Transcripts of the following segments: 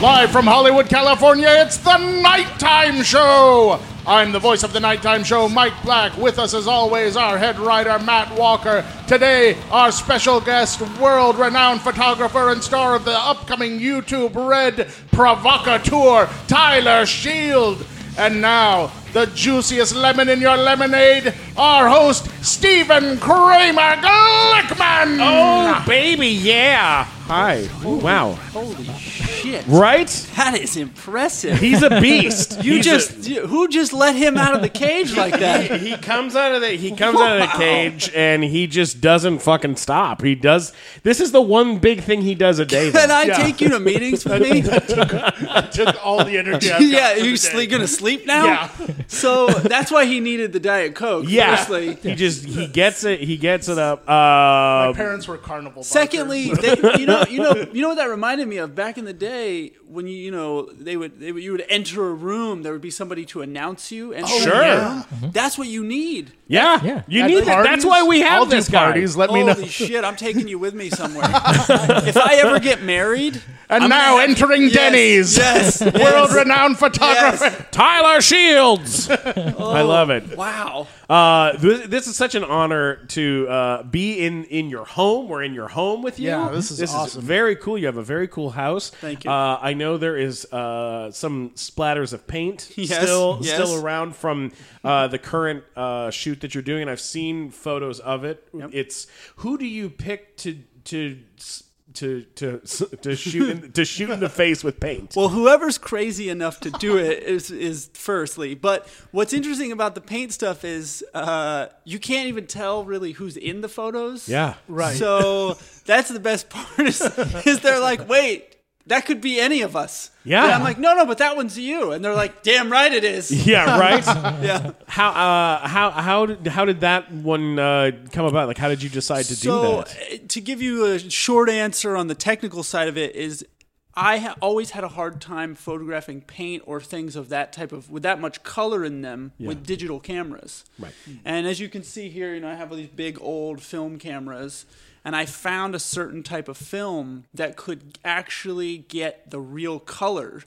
Live from Hollywood, California, it's the Nighttime Show. I'm the voice of the Nighttime Show, Mike Black. With us, as always, our head writer, Matt Walker. Today, our special guest, world renowned photographer and star of the upcoming YouTube Red Provocateur, Tyler Shield. And now, the juiciest lemon in your lemonade, our host, Stephen Kramer Glickman. Oh, baby, yeah. Hi. wow. Holy shit. Right? That is impressive. He's a beast. You He's just you- who just let him out of the cage like that? a- he comes out of the he comes out of the cage and he just doesn't fucking stop. He does this is the one big thing he does a day. Can though. I take you to meetings with me? Took all the energy I've got yeah, for you the day. sleep, gonna sleep now? Yeah. So that's why he needed the Diet Coke. yeah. Firstly. He just he gets it he gets it up. Uh, My parents were carnival. Secondly, they, you know, you know, you know what that reminded me of back in the day when you, you know, they would, they would, you would enter a room, there would be somebody to announce you. And Oh, sure. Yeah. Mm-hmm. that's what you need. Yeah. You need that. That's why we have this guy. parties. Let me Holy know. shit! I'm taking you with me somewhere. if I ever get married, And I'm gonna now have- entering Yes, Denny's. yes, yes. World-renowned photographer. Yes. Tyler Shields. I love it. Wow. Uh, th- this is such an honor to uh, be in in your home. We're in your home with you. Yeah, this is awesome. very cool. You have a very cool house. Thank you. Uh, I know there is uh, some splatters of paint Yes, still yes. still around from uh, the current uh, shoot that you're doing, and I've seen photos of it. It's who do you pick to to s- to to s- to shoot in, to shoot in the face with paint? Well, whoever's crazy enough to do it is, is firstly. But what's interesting about the paint stuff is uh, you can't even tell really who's in the photos. Yeah. Right. So that's the best part is, is they're like, wait, that could be any of us. Yeah. And I'm like, no, no, but that one's you. And they're like, damn right it is. yeah, right. Yeah. How uh, how how did, how did that one uh, come about? Like, how did you decide to do so that? uh, to give you a short answer on the technical side of it is i ha- always had a hard time photographing paint or things of that type of with that much color in them with digital cameras Right. Mm-hmm. and as you can see here you know i have all these big old film cameras and i found a certain type of film that could actually get the real color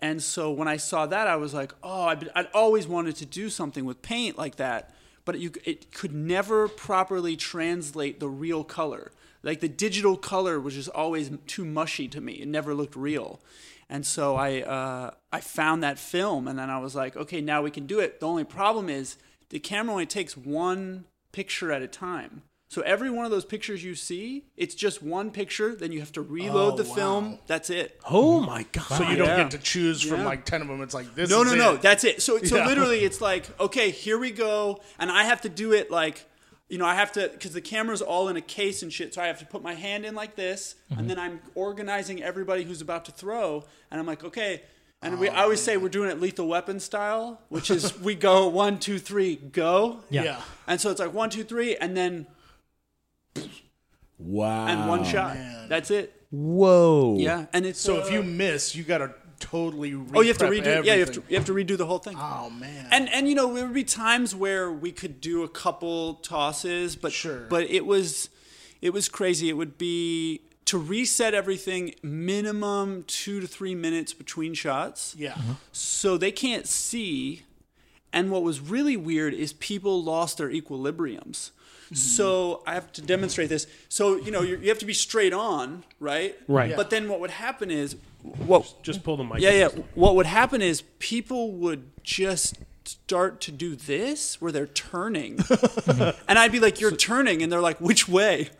and so when I saw that, I was like, oh, I'd, I'd always wanted to do something with paint like that, but you, it could never properly translate the real color. Like the digital color was just always too mushy to me. It never looked real. And so I, uh, I found that film, and then I was like, okay, now we can do it. The only problem is the camera only takes one picture at a time. So every one of those pictures you see, it's just one picture. Then you have to reload the film. That's it. Oh my god! So You don't Yeah. get to choose from Yeah. like ten of them. It's like this. No, is no, no. it. That's it. So, so Yeah. literally, it's like, okay, here we go, and I have to do it like, you know, I have to because the camera's all in a case and shit. So I have to put my hand in like this, and then I'm organizing everybody who's about to throw, and I'm like, okay. And we, I always say we're doing it lethal weapon style, which is we go one, two, three, go. Yeah. Yeah. And so it's like one, two, three, and then wow! and one shot. That's it. Whoa! Yeah. And it's So uh, if you miss, you gotta totally. oh, you have to redo. re-prep Yeah, you have to everything. you have to redo the whole thing. Oh man. And and you know there would be times where we could do a couple tosses, but Sure. but it was it was crazy. It would be to reset everything minimum two to three minutes between shots, yeah. Uh-huh. so they can't see. And what was really weird is people lost their equilibriums. So I have to demonstrate this. So you know you're, you have to be straight on, right? Right. But then what would happen is what Just pull the mic. yeah, yeah. What would happen is people would just start to do this where they're turning. and I'd be like, You're turning. And they're like, Which way?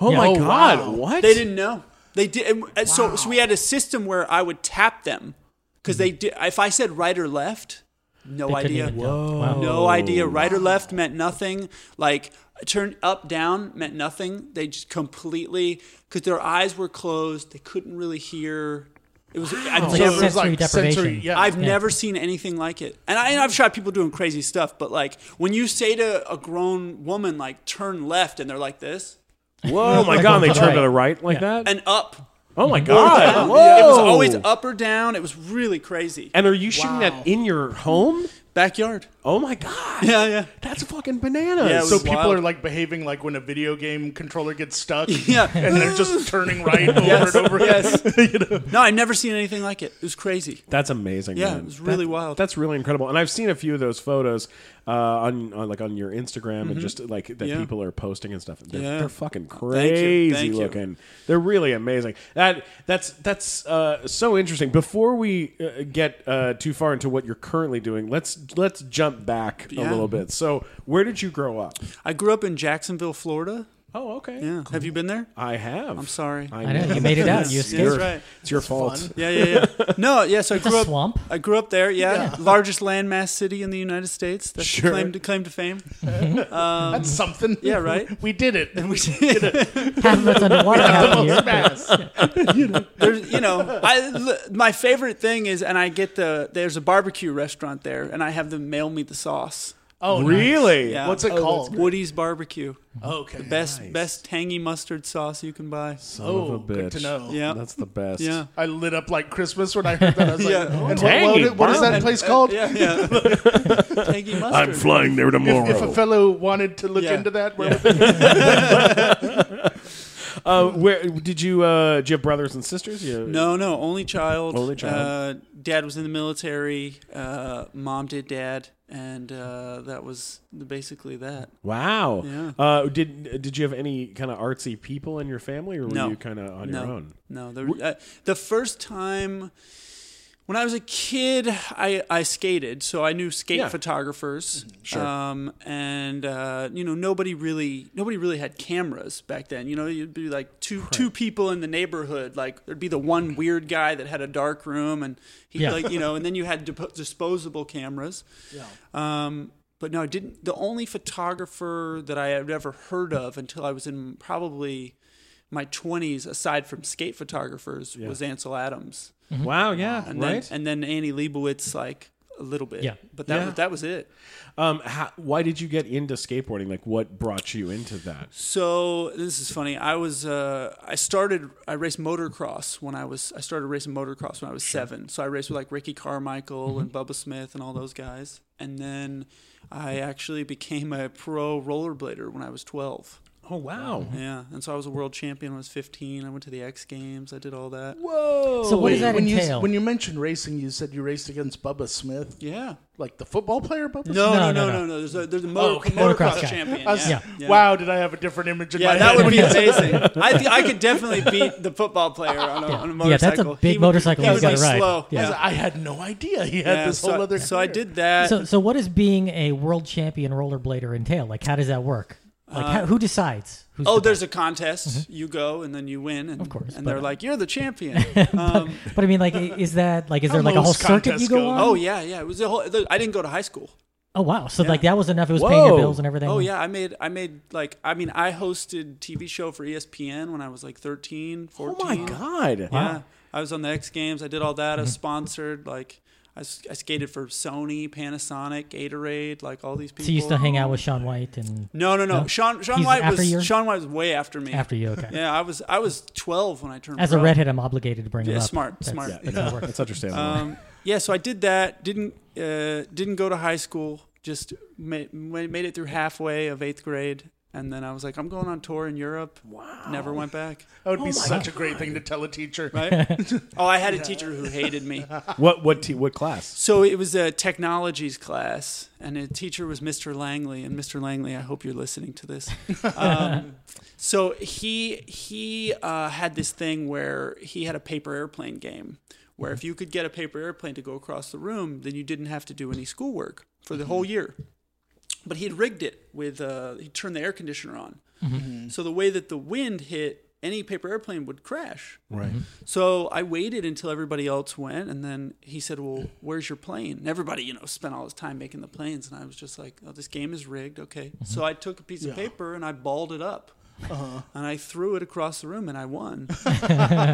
Oh Yeah. my Oh, god! wow. What? They didn't know. They did. And and so, so we had a system where I would tap them because they did. If I said right or left, no Mm-hmm. They couldn't idea. even tell. Wow. No idea. Right or left meant nothing. Like turn up down meant nothing. They just completely because their eyes were closed. They couldn't really hear. It was. I've Like never. it was sensory deprivation. yeah. I've never seen anything like it. And, I, and I've shot people doing crazy stuff, but like when you say to a grown woman, like, turn left, and they're like this, Whoa! Oh my god! They turned to the right like that. and up. oh my down. god! It was Whoa. always up or down. It was really crazy. And are you shooting that in your home? backyard. Oh my god. Yeah, yeah. That's fucking bananas. Yeah, it So was- people wild. are like behaving like when a video game controller gets stuck. Yeah. And they're just turning right over Yes, and over. yes. you know? No, I've never seen anything like it. It was crazy. That's amazing. Yeah, man. it was really That- wild. That's really incredible. And I've seen a few of those photos uh, on, on like on your Instagram and just like that Mm-hmm. Yeah. people are posting and stuff. They're, Yeah. they're fucking thank crazy you. looking. They're really amazing. That that's that's uh, so interesting. Before we uh, get uh, too far into what you're currently doing, let's let's jump back a Yeah. little bit. So, where did you grow up? I grew up in Jacksonville, Florida. Oh, okay. Yeah. Have you been there? I have. I'm sorry. I I know. know you made it out. You It's escaped. your, right. It's your fault. Yeah, yeah, yeah. No, yeah. So I a grew up. swamp. I grew up there. Yeah, largest landmass city in the United States. That's the Sure. claim to claim to fame. That's something. yeah, right. We did it. We Half of it's underwater. half of almost here. passed. There's, you know, I my favorite thing is, and I get the there's a barbecue restaurant there, and I have them mail me the sauce. Oh, nice. really? Yeah. What's it Oh, called? it's Woody's Barbecue. Okay. Best Nice. best tangy mustard sauce you can buy. Son Oh, of a bitch. good to know. Yeah. That's the best. Yeah. I lit up like Christmas when I heard that. I was like, Yeah. and what, Tangy what- what is bomb. that place called? uh, Yeah, yeah. tangy mustard. there tomorrow. If, if a fellow wanted to look Yeah. into that, where Yeah. would they uh, where did you? Uh, do you have brothers and sisters? You, No, no, only child. Only child. Uh, dad was in the military. Uh, mom did dad, and uh, that was basically that. Wow. Yeah. Uh, did Did you have any kind of artsy people in your family, or were No. you kind of on no, your own? no. The, uh, the first time when I was a kid, I, I skated, so I knew skate Yeah. Mm-hmm. photographers. Sure. Um, and uh, you know, nobody really nobody really had cameras back then. You know, you'd be like two two people in the neighborhood. Like there'd be the one weird guy that had a dark room, and he Yeah. would like you know, and then you had dip- disposable cameras. Um, but no, I didn't. The only photographer that I had ever heard of until I was in probably my 20s, aside from skate photographers, was Ansel Adams. Wow. Yeah. And right. Then, and then Annie Leibovitz, like a little bit. Yeah. But that, Yeah. Was, that was it. um. How, why did you get into skateboarding? Like, what brought you into that? So this is funny. I was uh, I started I raced motocross when I was I started racing motocross when I was seven. So I raced with like Ricky Carmichael Mm-hmm. and Bubba Smith and all those guys. And then I actually became a pro rollerblader when I was twelve. Oh wow. Yeah, and so I was a world champion when I was 15. I went to the X Games. I did all that. Whoa. So what does Wait, that when you, entail? when you mentioned racing, you said you raced against Bubba Smith, Yeah. like the football player Bubba Smith? No, no, no, no, no, no. no. There's a there's a motor, Oh, okay. motocross Motocross guy. champion. I was- Yeah. Wow, did I have a different image in Yeah, my that head? would be amazing. I think I could definitely beat the football player on a, on a Yeah, that's a motorcycle. big He would be- motorcycle He he's was gotta like ride. slow. Yeah. I had no idea he had Yeah, this so, whole other. so I career. did that. So, so what does being a world champion rollerblader entail? Like, how does that work? Like, how, who decides? Who's Uh, oh, the there's a contest. You go and then you win. And, of Mm-hmm. course, And but- they're like, you're the champion. Um, best? But I mean, like, i- is that like is there like a most whole circuit you contests go go. on? oh yeah, yeah. It was a whole. I didn't go to high school. Oh, wow. So like that was enough. It was paying your Whoa. bills and everything. Oh yeah, I made I made like I mean I hosted TV show for E ESPN when I was like 13, 14. Oh my god. Yeah, I was on the X Games. I did all that. I Mm-hmm. was sponsored. Like I, s- I skated for Sony, Panasonic, Gatorade, like all these people. So you still hang out with Sean White and No, no, no. No? Sean Sean He's White after was you? Sean White was way after me. after you? Okay. Yeah, I was I was 12 when I turned. As a pro. redhead, I'm obligated to bring Yeah, him up. smart, That's- smart. that's how it works. That's understandable. Um, yeah, so I did that. Didn't uh, didn't go to high school. Just made, made it through halfway of eighth grade, and then I was like, I'm going on tour in Europe. Wow. Never went back. That would be such a great thing to tell a teacher. Right? oh, I had a teacher who hated me. what what t- what class? So it was a technologies class, and the teacher was Mr. Langley. And Mr. Langley, I hope you're listening to this. Um, so he he uh, had this thing where he had a paper airplane game, where if you could get a paper airplane to go across the room, then you didn't have to do any schoolwork for the whole year. But he had rigged it with uh, he turned the air conditioner on, so the way that the wind hit any paper airplane would crash. Right. So I waited until everybody else went, and then he said, "Well, where's your plane?" And everybody, you know, spent all his time making the planes, and I was just like, "Oh, this game is rigged." Okay, Mm-hmm. so I took a piece of paper and I balled it up, Uh-huh. and I threw it across the room, and I won.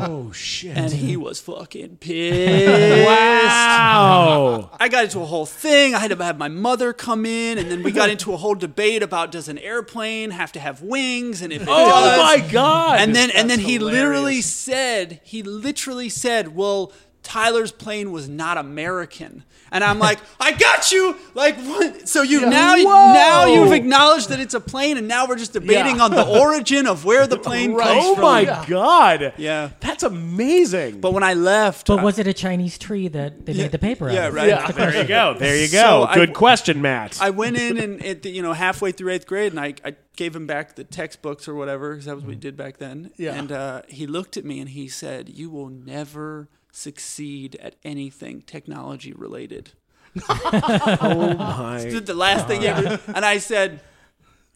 Oh shit. and he was fucking pissed. Wow. I got into a whole thing. I had to have my mother come in, and then we got into a whole debate about does an airplane have to have wings, and if it oh does, my god. and then and then That's he literally hilarious. said he literally said, "Well, Tyler's plane was not American. And I'm like, I got you. Like, what? so you now Whoa. now you've acknowledged that it's a plane, and now we're just debating Yeah. on the origin of where the plane comes oh from. my god. Yeah. That's amazing. But when I left, But was it a Chinese tree that they made the paper out yeah, of? right. yeah, there you go. There you So go. I- Good question, Matt. I went in and at the, you know halfway through eighth grade, and I, I gave him back the textbooks or whatever because that was what we did back then. Yeah. And uh, he looked at me and he said, "You will never succeed at anything technology related." oh my. Did the last thing he ever, and I said,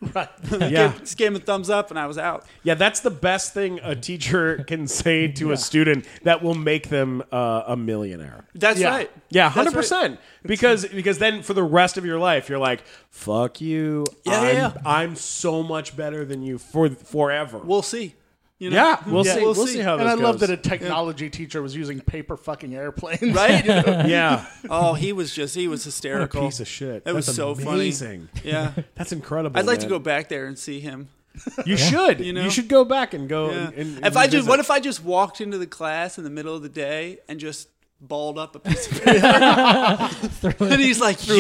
Uh-huh. Yeah. just gave him a thumbs up, and I was out. Yeah, that's the best thing a teacher can say to a student that will make them uh, a millionaire. That's Yeah. right. Yeah, That's right. hundred percent. Because because then for the rest of your life, you're like, "Fuck you! Yeah, I'm, yeah, yeah. I'm so much better than you for forever." We'll see. You know? yeah, we'll see. We'll, We'll see see. how And this I love goes. that a technology teacher was using paper fucking airplanes. Right? yeah, oh, he was just he was hysterical. piece of shit. That was That's so amazing. funny. Yeah. That's incredible. I'd like to man. go back there and see him. You should. You, know? should go back and go. Yeah. And, and, if I just, revisit. what if I just walked into the class in the middle of the day and just balled up a piece of paper? and he's like, "You,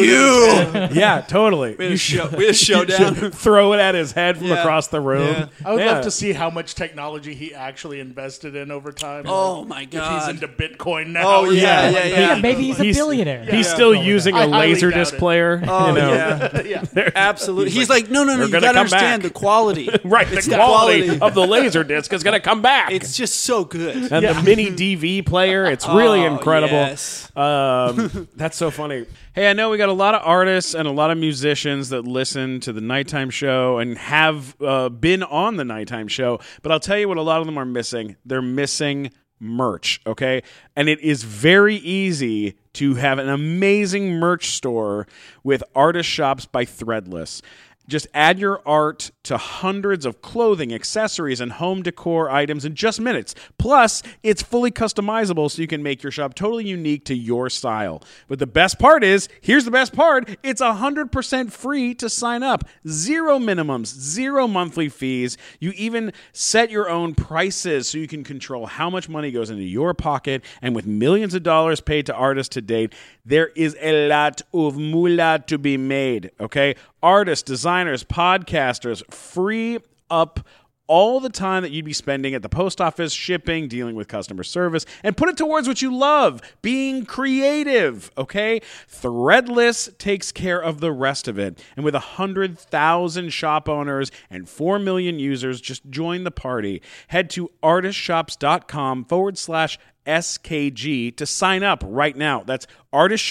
Yeah, totally. we had You should a, show, we had a showdown." throw it at his head from Yeah. across the room. Yeah. I would Yeah. love to see how much technology he actually invested in over time. Oh Like, my If he's God. into Bitcoin now. Oh or yeah, something yeah, like yeah. Yeah, maybe he's a He's- billionaire. He's still using I a highly laser doubt disc it. player. Oh, you know? yeah, that. Yeah. absolutely. He's like, no, no, no. "They're You gonna gotta come back." understand the quality. Right, It's the quality, quality. of the laser disc is going to come back. It's just so good. and the mini DV player, it's really Oh, incredible. yes. Um, that's so funny. Hey, I know we got a lot of artists and a lot of musicians that listen to the nighttime show and have uh, been on the nighttime show, but I'll tell you what a lot of them are missing. They're missing merch, okay? And it is very easy to have an amazing merch store with artist shops by Threadless. Just add your art to hundreds of clothing, accessories, and home decor items in just minutes. Plus, it's fully customizable so you can make your shop totally unique to your style. But the best part is here's the best part it's 100% free to sign up. Zero minimums, zero monthly fees. You even set your own prices so you can control how much money goes into your pocket. And with millions of dollars paid to artists to date, there is a lot of moolah to be made. Okay, artists, designers, podcasters, free up all the time that you'd be spending at the post office, shipping, dealing with customer service, and put it towards what you love, being creative, okay? Threadless takes care of the rest of it. And with 100,000 shop owners and 4 million users, just join the party. Head to artistshops.com forward slash SKG to sign up right now. That's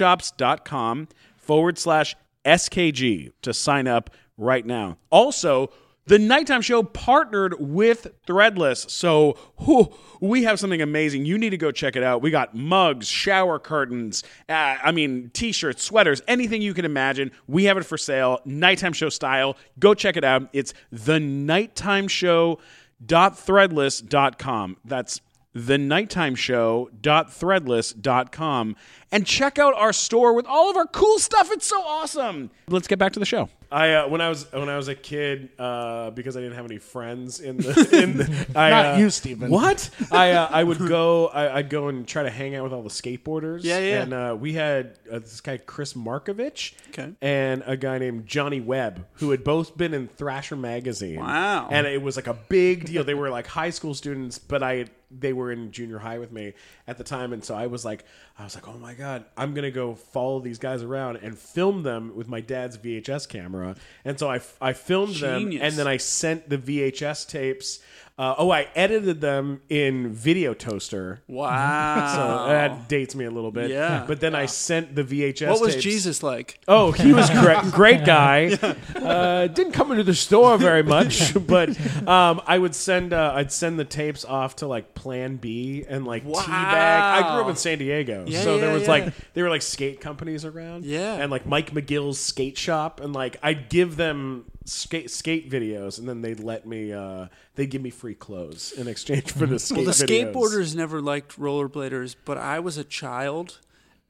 artistshops.com forward slash SKG to sign up right now. Also, the Nighttime Show partnered with Threadless. So whew, we have something amazing. You need to go check it out. We got mugs, shower curtains, uh, I mean, t shirts, sweaters, anything you can imagine. We have it for sale, Nighttime Show style. Go check it out. It's the Nighttime Show. Threadless.com. That's the nighttime show.threadless.com and check out our store with all of our cool stuff. It's so awesome. Let's get back to the show. I uh, when I was when I was a kid, uh, because I didn't have any friends in the. In the I, Not uh, you, Stephen. What? I uh, I would go. I, I'd go and try to hang out with all the skateboarders. Yeah, yeah. And uh, we had uh, this guy Chris Markovich, Okay. and a guy named Johnny Webb, who had both been in Thrasher magazine. Wow. And it was like a big deal. They were like high school students, but I they were in junior high with me at the time, and so I was like, I was like, oh my god, I'm gonna go follow these guys around and film them with my dad's VHS camera. And so I I filmed them, Genius. and then I sent the VHS tapes. Uh, oh, I edited them in Video Toaster. So Wow. that dates me a little bit. Yeah. But then I sent the VHS. what was tapes- Jesus like? Oh, he was great, great guy. Uh, didn't come into the store very much, but um, I would send uh, I'd send the tapes off to like Plan B and like Teabag. I grew up in San Diego, Yeah, so there yeah, was yeah. like there were like skate companies around, Yeah. and like Mike McGill's skate shop, and like I'd give them skate skate videos, and then they'd let me uh, they'd give me free clothes in exchange for the skate. Well, the videos. skateboarders never liked rollerbladers, but I was a child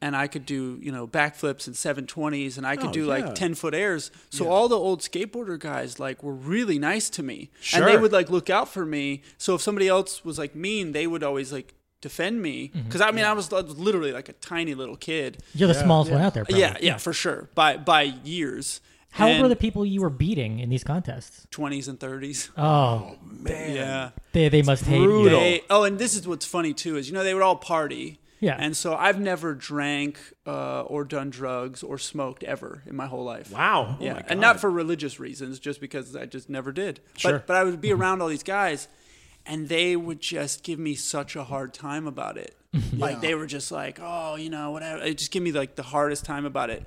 and I could do, you know, backflips and 720s and I could Oh, do yeah. like 10 foot airs. So all the old skateboarder guys like were really nice to me and they Sure. would like look out for me. So if somebody else was like mean, they would always like defend me Mm-hmm. because I mean I was li- literally like a tiny little kid. You're the smallest one out there. Probably. Yeah, yeah, for sure. By by years. How old were the people you were beating in these contests? twenties and thirties? Oh, yeah. they they must hate you. brutal. They, oh, and this is what's funny too is you know they would all party. Yeah. And so I've never drank uh, or done drugs or smoked ever in my whole life. Wow. Oh yeah, and not for religious reasons, just because I just never did. Sure. Mm-hmm. But, but I would be around all these guys, and they would just give me such a hard time about it. Mm-hmm. Like they were just like, oh, you know, whatever. They just give me like the hardest time about it.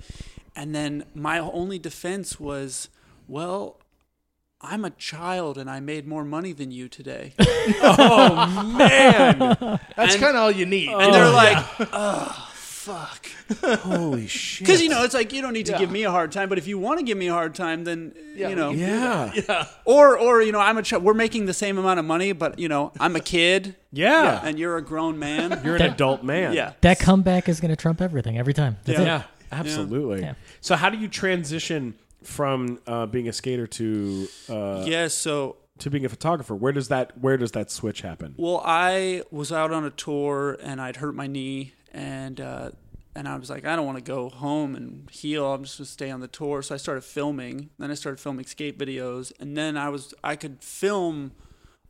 And then my only defense was, well, I'm a child and I made more money than you today. That's kind of all you need. and they're like, oh, fuck. Holy shit. Because, you know, it's like, you don't need to give me a hard time, but if you want to give me a hard time, then, you know. Yeah. Yeah. Or, or you know, I'm a child. We're making the same amount of money, but, you know, I'm a kid and you're a grown man. You're an adult man. yeah. That comeback is going to trump everything every time. That's Yeah. it. Absolutely. Yeah. So how do you transition from uh, being a skater to uh, yeah, so to being a photographer? Where does that where does that switch happen? Well, I was out on a tour and I'd hurt my knee and uh, and I was like, I don't want to go home and heal. I'm just gonna stay on the tour. So I started filming. Then I started filming skate videos, and then I was I could film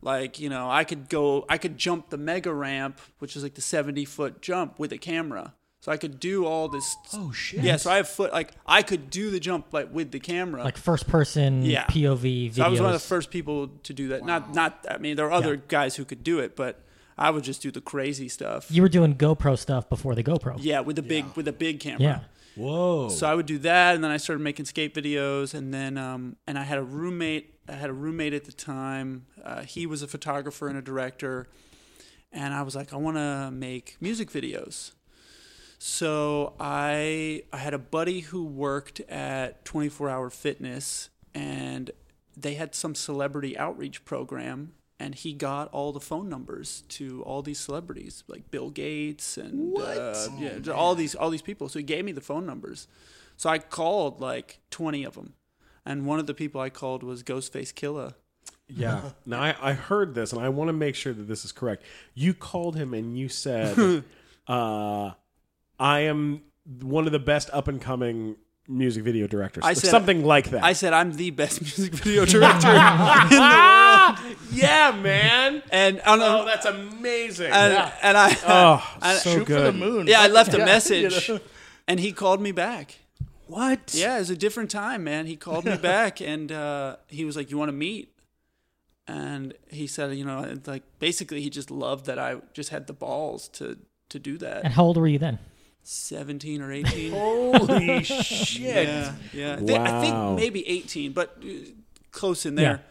like you know I could go I could jump the mega ramp, which is like the 70 foot jump with a camera. So I could do all this. Oh shit! Yeah, so I have foot like I could do the jump like with the camera. Like first person Yeah. POV videos. So I was one of the first people to do that. Not not I mean there were other guys who could do it, but I would just do the crazy stuff. you were doing GoPro stuff before the GoPro. yeah, with the big with a big camera. Yeah. Whoa. So I would do that, and then I started making skate videos, and then um, and I had a roommate. I had a roommate at the time. Uh, he was a photographer and a director, and I was like, I want to make music videos. So I I had a buddy who worked at 24 Hour Fitness, and they had some celebrity outreach program. And he got all the phone numbers to all these celebrities, like Bill Gates and uh, yeah, to all these all these people. So he gave me the phone numbers. So I called like 20 of them, and one of the people I called was Ghostface Killah. yeah. Now I, I heard this and I want to make sure that this is correct. You called him and you said, uh, "I am one of the best up and coming music video directors." I said- something like that. I said I'm the best music video director in the world, yeah, man. and I don't know. Oh, that's amazing. and, and I oh, I- so Shoot good. for the moon. yeah, I left a Yeah, message, you know. and he called me back. What? Yeah, it was a different time, man. He called me back, and uh, he was like, "You want to meet?" And he said, "You know, it's like basically, he just loved that I just had the balls to to do And that." how old were you then? Seventeen or eighteen. Holy shit. Yeah, yeah. I thi- I Wow. think maybe 18, but uh, close in there.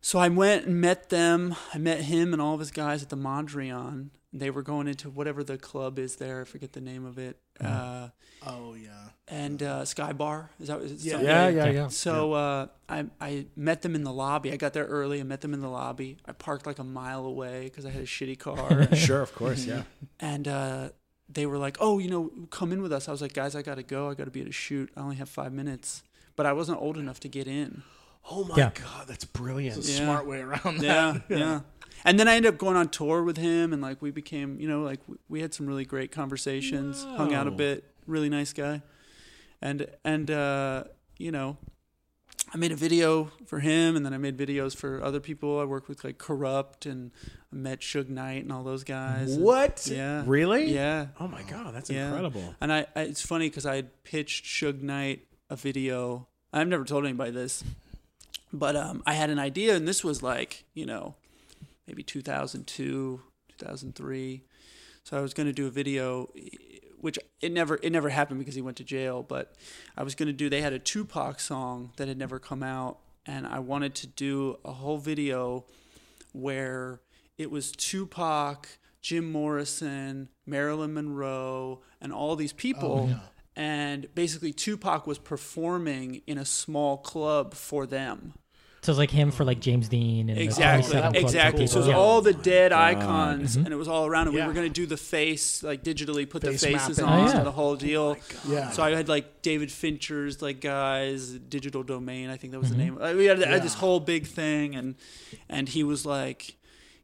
So I went and met them. I met him and all of his guys at the Mondrian. They were going into whatever the club is there. I forget the name of it. Mm-hmm. Uh, oh yeah. and uh, Sky Bar is that? Is yeah, Yeah, yeah, yeah. So uh, I I met them in the lobby. I got there early. I met them in the lobby. I parked like a mile away because I had a shitty car. Sure, of course, yeah. and uh, they were like, "Oh, you know, come in with us." I was like, "Guys, I gotta go. I gotta be at a shoot. I only have five minutes." But I wasn't old enough to get in. Oh my Yeah. god, that's brilliant. It's a smart way around that. Yeah, yeah. And then I ended up going on tour with him, and like we became, you know, like w- we had some really great conversations, hung out a bit. Really nice guy, and and uh, you know, I made a video for him, and then I made videos for other people. I worked with like Corrupt, and I met Suge Knight and all those guys. And- What? yeah. Really? Yeah. Oh my god, that's Yeah. incredible. And I, I it's funny because I had pitched Suge Knight a video. I've never told anybody this, but um, I had an idea, and this was like you know, maybe 2002, 2003. So I was going to do a video, which it never it never happened because he went to jail. But I was going to do. They had a Tupac song that had never come out, and I wanted to do a whole video where it was Tupac, Jim Morrison, Marilyn Monroe, and all these people. And basically, Tupac was performing in a small club for them. So it was like him for like James Dean and the Exactly, 27 Club exactly. people. Mm-hmm. So it was Yeah. all the dead icons, and it was all around. And we were going to do the face, like digitally put Face the faces mapping. on Oh, yeah. and the whole deal. Yeah. So I had like David Fincher's like guys, digital Mm-hmm. Uh, domain. I think that was the name. Like, we had, I had this whole big thing, and and he was like,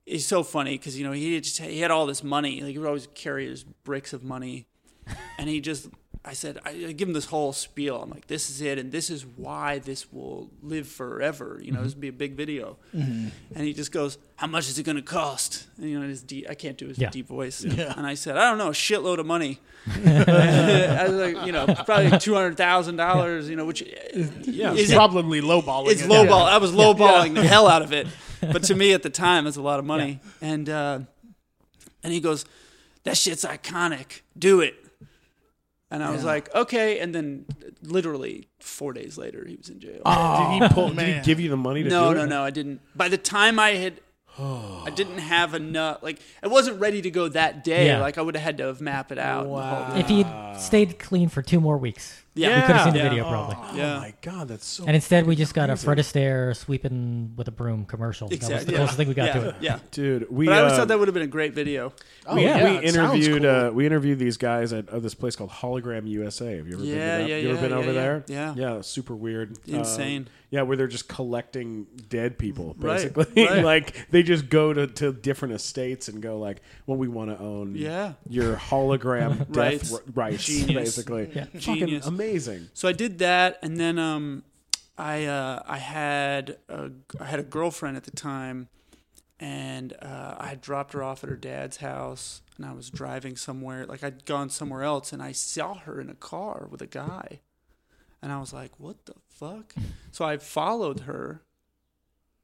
he's so funny because you know he just he had all this money. Like he would always carry his bricks of money, and he just. I said, I I give him this whole spiel. I'm like, this is it, and this is why this will live forever. You know, this would be a big video. And he just goes, "How much is it going to cost?" And you know, his deep, I can't do his Yeah. deep voice. And I said, "I don't know, a shitload of money." I was like, you know, probably like two hundred thousand dollars. You know, which yeah, is it- Probably lowballing. it's it. lowball. I was lowballing the hell out of it, but to me at the time, it's a lot of money. And uh, and he goes, "That shit's iconic. Do it." And I was like, "Okay." And then, literally four days later, he was in jail. Oh, did he pull? Did he man. give you the money to Oh, no, do no, it? no, I didn't. By the time I had. I didn't have enough. Like I wasn't ready to go that day. Yeah. Like I would have had to have map it out. Wow. If he had stayed clean for two more weeks, Yeah. we could have seen the Yeah. video probably. yeah. Oh my god, that's so. And instead, we just got a Fred Astaire sweeping with a broom commercial. That was the Exactly. closest thing we got yeah. to it. um, Yeah. Dude, we But I always uh, thought that would have been a great video. Oh, we, yeah, we it sounds interviewed cool. uh, we interviewed these guys at uh, this place called Hologram USA. Have you ever Yeah, been? to that? yeah, you ever yeah, been yeah, over yeah. there? Yeah. yeah, super weird, Um, Insane. yeah, where they're just collecting dead people, Right, basically. right. like they just go to, to different estates and go like, "Well, we want to own Yeah. your hologram death Rights. ri- rights, Genius. basically." Yeah. Fucking Genius. amazing. So I did that, and then um, I uh, I had a, I had a girlfriend at the time, and uh, I had dropped her off at her dad's house, and I was driving somewhere, like I'd gone somewhere else, and I saw her in a car with a guy, and I was like, "What the fuck?" So I followed her.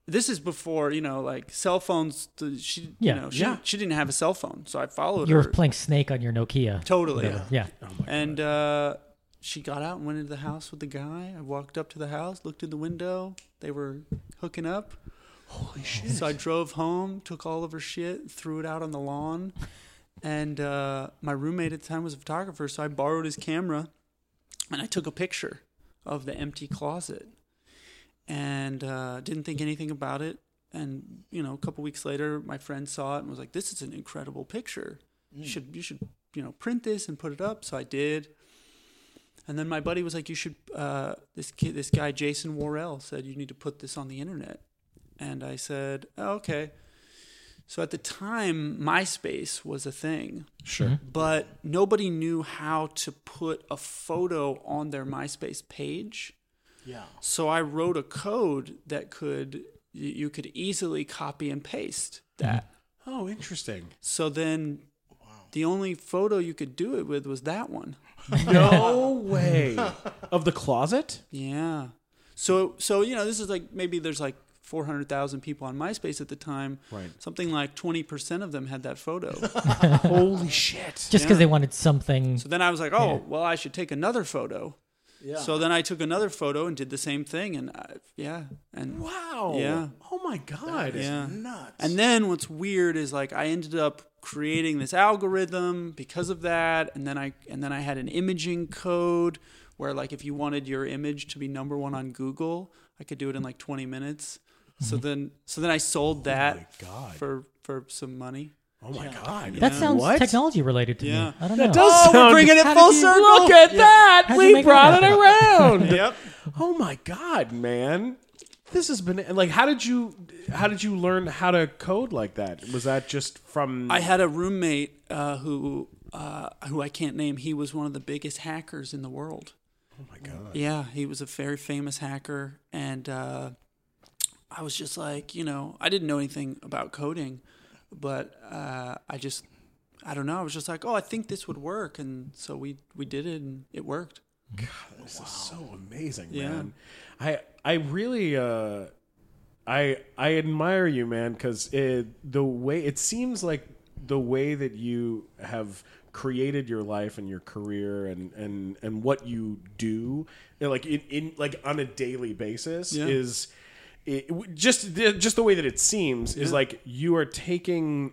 This is before you know, like cell phones. the- She, Yeah, you know, she, yeah. she didn't have a cell phone, so I followed You were her. playing Snake on your Nokia. Totally. whatever. Yeah. And uh, she got out and went into the house with the guy. I walked up to the house, looked in the window. They were hooking up. Holy shit. So I drove home, took all of her shit, threw it out on the lawn. And uh, my roommate at the time was a photographer, so I borrowed his camera and I took a picture of the empty closet and uh, didn't think anything about it. And you know, a couple weeks later, my friend saw it and was like, "This is an incredible picture. You should you should you know print this and put it up." So I did. And then my buddy was like, "You should." Uh, this kid, this guy Jason Worrell said, "You need to put this on the internet." And I said, oh, "Okay." So at the time, MySpace was a thing but nobody knew how to put a photo on their MySpace page. Yeah. So I wrote a code that could you- you could easily copy and paste that. Oh, interesting. So then the only photo you could do it with was that one. No Way of the closet. Yeah. So so you know this is like maybe there's like 400,000 people on MySpace at the time. Right. Something like 20% of them had that photo. Holy shit. Just because they wanted something. So then I was like, oh, well, I should take another photo. Yeah. So then I took another photo and did the same thing, and I, yeah, and Wow. Yeah. Oh my god. yeah, Nuts. and then what's weird is like I ended up creating this algorithm because of that, and then I and then I had an imaging code where like if you wanted your image to be number one on Google, I could do it in like 20 minutes. So then, so then I sold that God. for for some money. Oh my god. That sounds What? technology related to Yeah. me. I don't know. That does sound. we're bringing it How full did you- circle. Look at Yeah. that. How'd you we make brought that it around. Yep. Oh my god, man. This has been like how did you how did you learn how to code like that? Was that just from I had a roommate uh, who uh, who I can't name. He was one of the biggest hackers in the world. Oh my god! Yeah, he was a very famous hacker, and uh, I was just like, you know, I didn't know anything about coding, but uh, I just, I don't know. I was just like, oh, I think this would work, and so we we did it, and it worked. This is so amazing, Yeah. man. I I really uh I I admire you, man, cuz the way it seems like the way that you have created your life and your career and and and what you do you know, like in, in like on a daily basis Yeah. is it, just the- just the way that it seems is like you are taking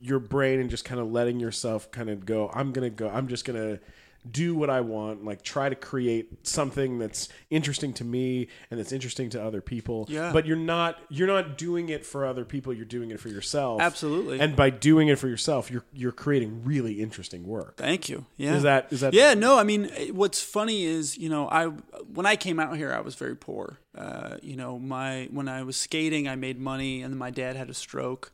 your brain and just kind of letting yourself kind of go i'm gonna go i'm just gonna do what I want, like try to create something that's interesting to me and that's interesting to other people. Yeah. But you're not you're not doing it for other people, you're doing it for yourself. Absolutely. And by doing it for yourself, you're you're creating really interesting work. Thank you. Yeah. Is that- is that- Yeah. No. I mean, eh, what's funny is you know I when I came out here I was very poor. Uh, you know my when I was skating I made money and then my dad had a stroke,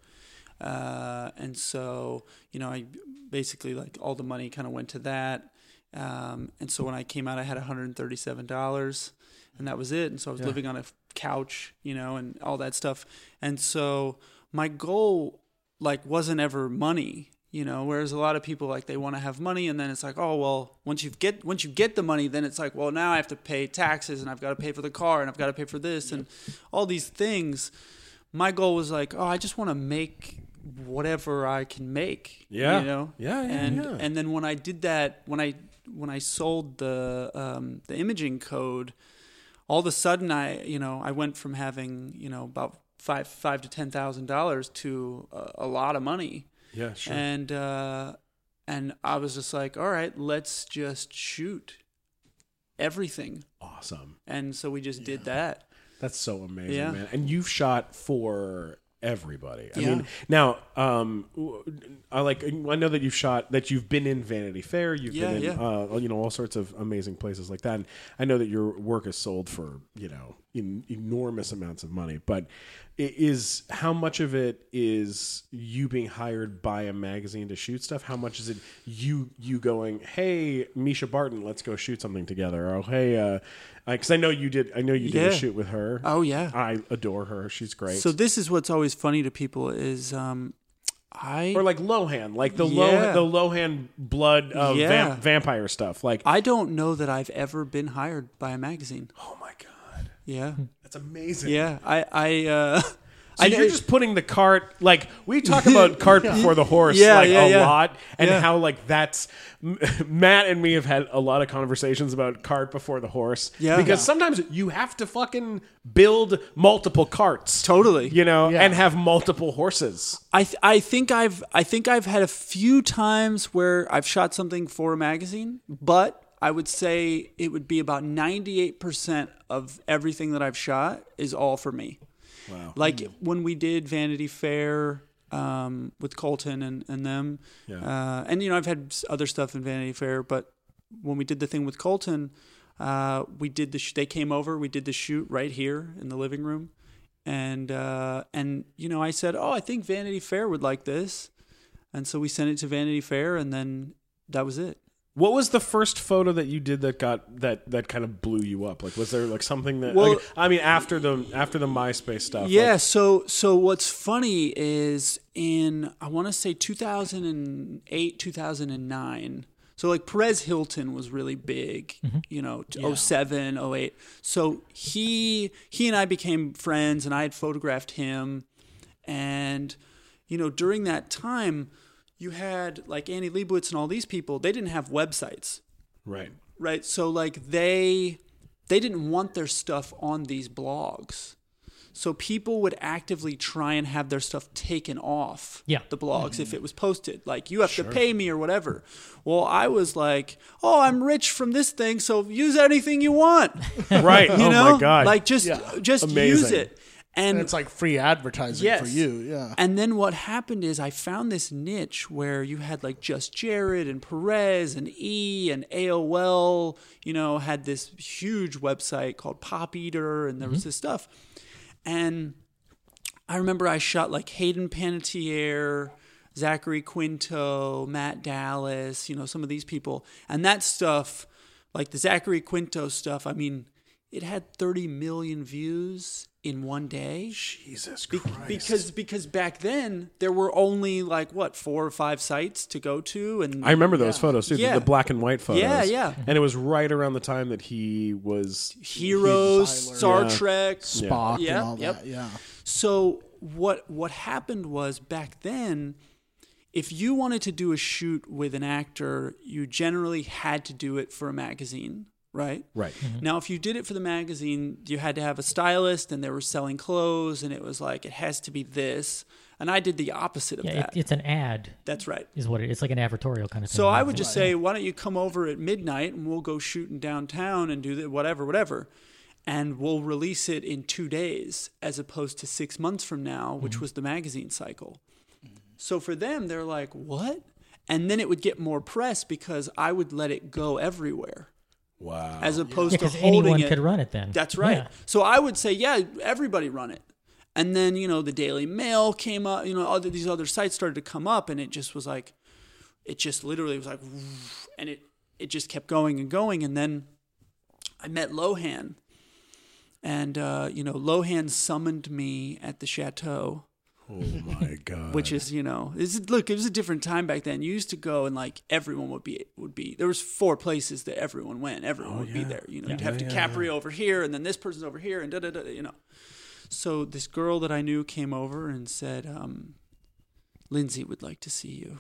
uh, and so you know I basically like all the money kind of went to that. Um, and so when I came out I had 137 dollars, and that was it. And so I was living on a f- couch, you know, and all that stuff. And so my goal like wasn't ever money you know whereas a lot of people like they want to have money and then it's like oh well once you get once you get the money then it's like well now i have to pay taxes and i've got to pay for the car and i've got to pay for this and all these things my goal was like oh i just want to make whatever i can make Yeah. you know Yeah, yeah, and yeah. and then when i did that when i when i sold the um the imaging code all of a sudden I you know I went from having you know about five five to ten thousand dollars to a, a lot of money Yeah, sure. and uh, and I was just like all right let's just shoot everything awesome. and so we just did that That's so amazing, Yeah. man. And you've shot for everybody. I Yeah. mean, now, um, I like. I know that you've shot that you've been in Vanity Fair. You've Yeah, been in, yeah. uh, you know, all sorts of amazing places like that. And I know that your work is sold for you know in, enormous amounts of money. But i- is how much of it is you being hired by a magazine to shoot stuff? How much is it you you going, hey, Misha Barton, let's go shoot something together? Or hey, because uh, I, 'cause I know you did. I know you did Yeah. a shoot with her. Oh, yeah. I adore her. She's great. so this is what's always funny to people is um, I or like Lohan, like the low Yeah. the Lohan blood of Yeah. vamp, vampire stuff. Like, I don't know that I've ever been hired by a magazine oh my god, yeah that's amazing. yeah I I uh, Hmm. So I you're just putting the cart like we talk about cart before the horse Yeah, like yeah, a yeah. lot and Yeah. how like that's Matt and me have had a lot of conversations about cart before the horse Yeah. because Yeah. sometimes you have to fucking build multiple carts Totally. you know Yeah. and have multiple horses I th- I think I've I think I've had a few times where I've shot something for a magazine, but I would say it would be about 98% of everything that I've shot is all for me. Wow. Like when we did Vanity Fair um, with Colton and, and them. Uh, and, you know, I've had s- other stuff in Vanity Fair, but when we did the thing with Colton, uh, we did the sh- they came over, we did the shoot right here in the living room and uh, and you know I said, oh, I think Vanity Fair would like this, and so we sent it to Vanity Fair, and then that was it. What was the first photo that you did that got that that kind of blew you up? Like, was there like something that? Well- like, I mean, after the after the MySpace stuff. Yeah. like- so so what's funny is in I want to say 2008, 2009. So like Perez Hilton was really big, Mm-hmm. you know, t- 07, 08. So he he and I became friends, and I had photographed him, and you know during that time. You had like Annie Leibovitz and all these people, they didn't have websites. right. right so like they they didn't want their stuff on these blogs so people would actively try and have their stuff taken off Yeah. the blogs if it was posted like you have to pay me or whatever well i was like oh i'm rich from this thing so use anything you want Right. you oh know my god. like just just use Amazing. it and It's like free advertising Yes. for you. Yeah. and then what happened is I found this niche where you had like just Jared and Perez and E and AOL, you know, had this huge website called Pop Eater and there was this stuff. And I remember I shot like Hayden Panettiere, Zachary Quinto, Matt Dallas, you know, some of these people. And that stuff, like the Zachary Quinto stuff, I mean, it had 30 million views in one day. Jesus Be- Christ. because because back then there were only like what four or five sites to go to and I remember those photos too. the- Yeah. The black and white photos. Yeah, yeah. And it was right around the time that he was. heroes Tyler. star trek Spock Yeah, and all yep. that. Yeah. so what what happened was back then if you wanted to do a shoot with an actor you generally had to do it for a magazine right? Right. Mm-hmm. Now, if you did it for the magazine, you had to have a stylist and they were selling clothes and it was like, it has to be this. And I did the opposite of Yeah, it, that. it's an ad, That's right. is what it, it's like an advertorial kind of thing. So I would just say, why don't you come over at midnight and we'll go shooting downtown and do the whatever, whatever. And we'll release it in two days as opposed to six months from now, which was the magazine cycle. So for them, they're like, what? And then it would get more press because I would let it go everywhere Wow. as opposed because to holding anyone it. could run it then. That's right. Yeah. So I would say, yeah, everybody run it. And then, you know, the Daily Mail came up, you know, other, these other sites started to come up and it just was like, it just literally was like, and it, it just kept going and going. And then I met Lohan and, uh, you know, Lohan summoned me at the chateau oh my god. which is you know this is, look it was a different time back then you used to go and like everyone would be would be there was four places that everyone went everyone Oh, would be there you know you'd have DiCaprio over here and then this person's over here and da da da you know so this girl that I knew came over and said um Lindsay would like to see you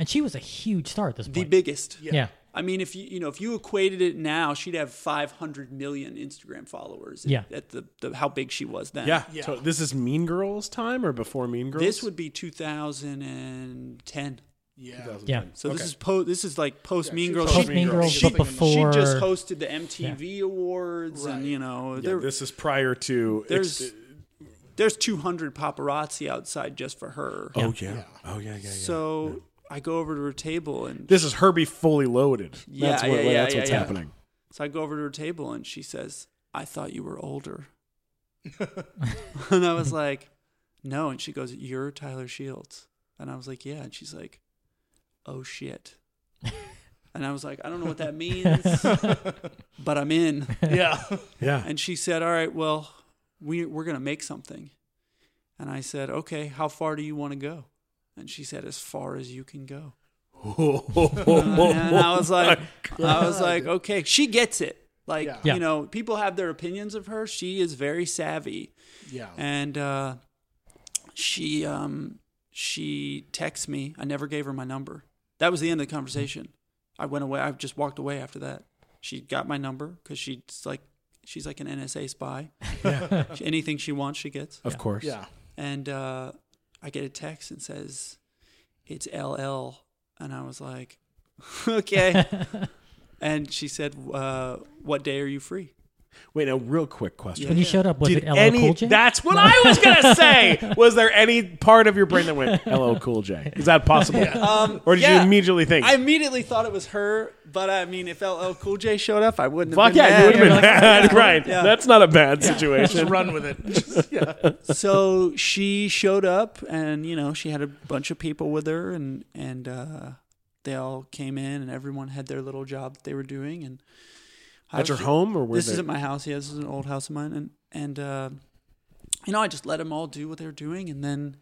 And she was a huge star at this point. the biggest yeah. yeah. I mean, if you you know if you equated it now, she'd have 500 million Instagram followers. at- Yeah. at the, the how big she was then. yeah. So this is Mean Girls time or before Mean Girls? this would be 2010. Yeah. So this is po- this is like post Mean Girls. Post She- Mean Girls, she, but before she just hosted the MTV Awards, and you know Yeah, there- this is prior to. there's ex- there's 200 paparazzi outside just for her. oh yeah. Oh yeah. Yeah. yeah. so I go over to her table, and this is Herbie fully loaded. Yeah, that's yeah, what, yeah, that's yeah, what's yeah. happening. so I go over to her table, and she says, "I thought you were older," and I was like, "No," and she goes, "You're Tyler Shields," and I was like, "Yeah," and she's like, "Oh shit." And I was like, I don't know what that means, but I'm in. Yeah. Yeah. And she said, "All right, well, we we're gonna make something." And I said, "Okay, how far do you want to go?" And she said, "As far as you can go." And I was like, I was like, okay, she gets it. Like Yeah. Yeah. you know, people have their opinions of her. She is very savvy, Yeah. and uh, she um, she texts me. I never gave her my number. That was the end of the conversation. I went away. I just walked away after that. She got my number because she's like she's like an NSA spy. She- Anything she wants, she gets. of course. Yeah. And uh, I get a text and says, "It's LL," and I was like, "Okay." and she said, uh, "What day are you free?" Wait, a real quick question. When he showed up, was Did it LL any? Cool J? That's what I was gonna say. Was there any part of your brain that went "LL Cool J"? Is that possible? or did yeah. you immediately think? I immediately thought it was her, but I mean, if LL Cool J showed up, I wouldn't. Fuck have been yeah, you would have been mad. mad, right? That's not a bad situation. Just run with it. yeah. so she showed up, and you know, she had a bunch of people with her, and and uh, they all came in, and everyone had their little job that they were doing, and I At your was- home, or where this they- isn't my house. Yeah, this is an old house of mine, and and uh, you know, I just let them all do what they were doing, and then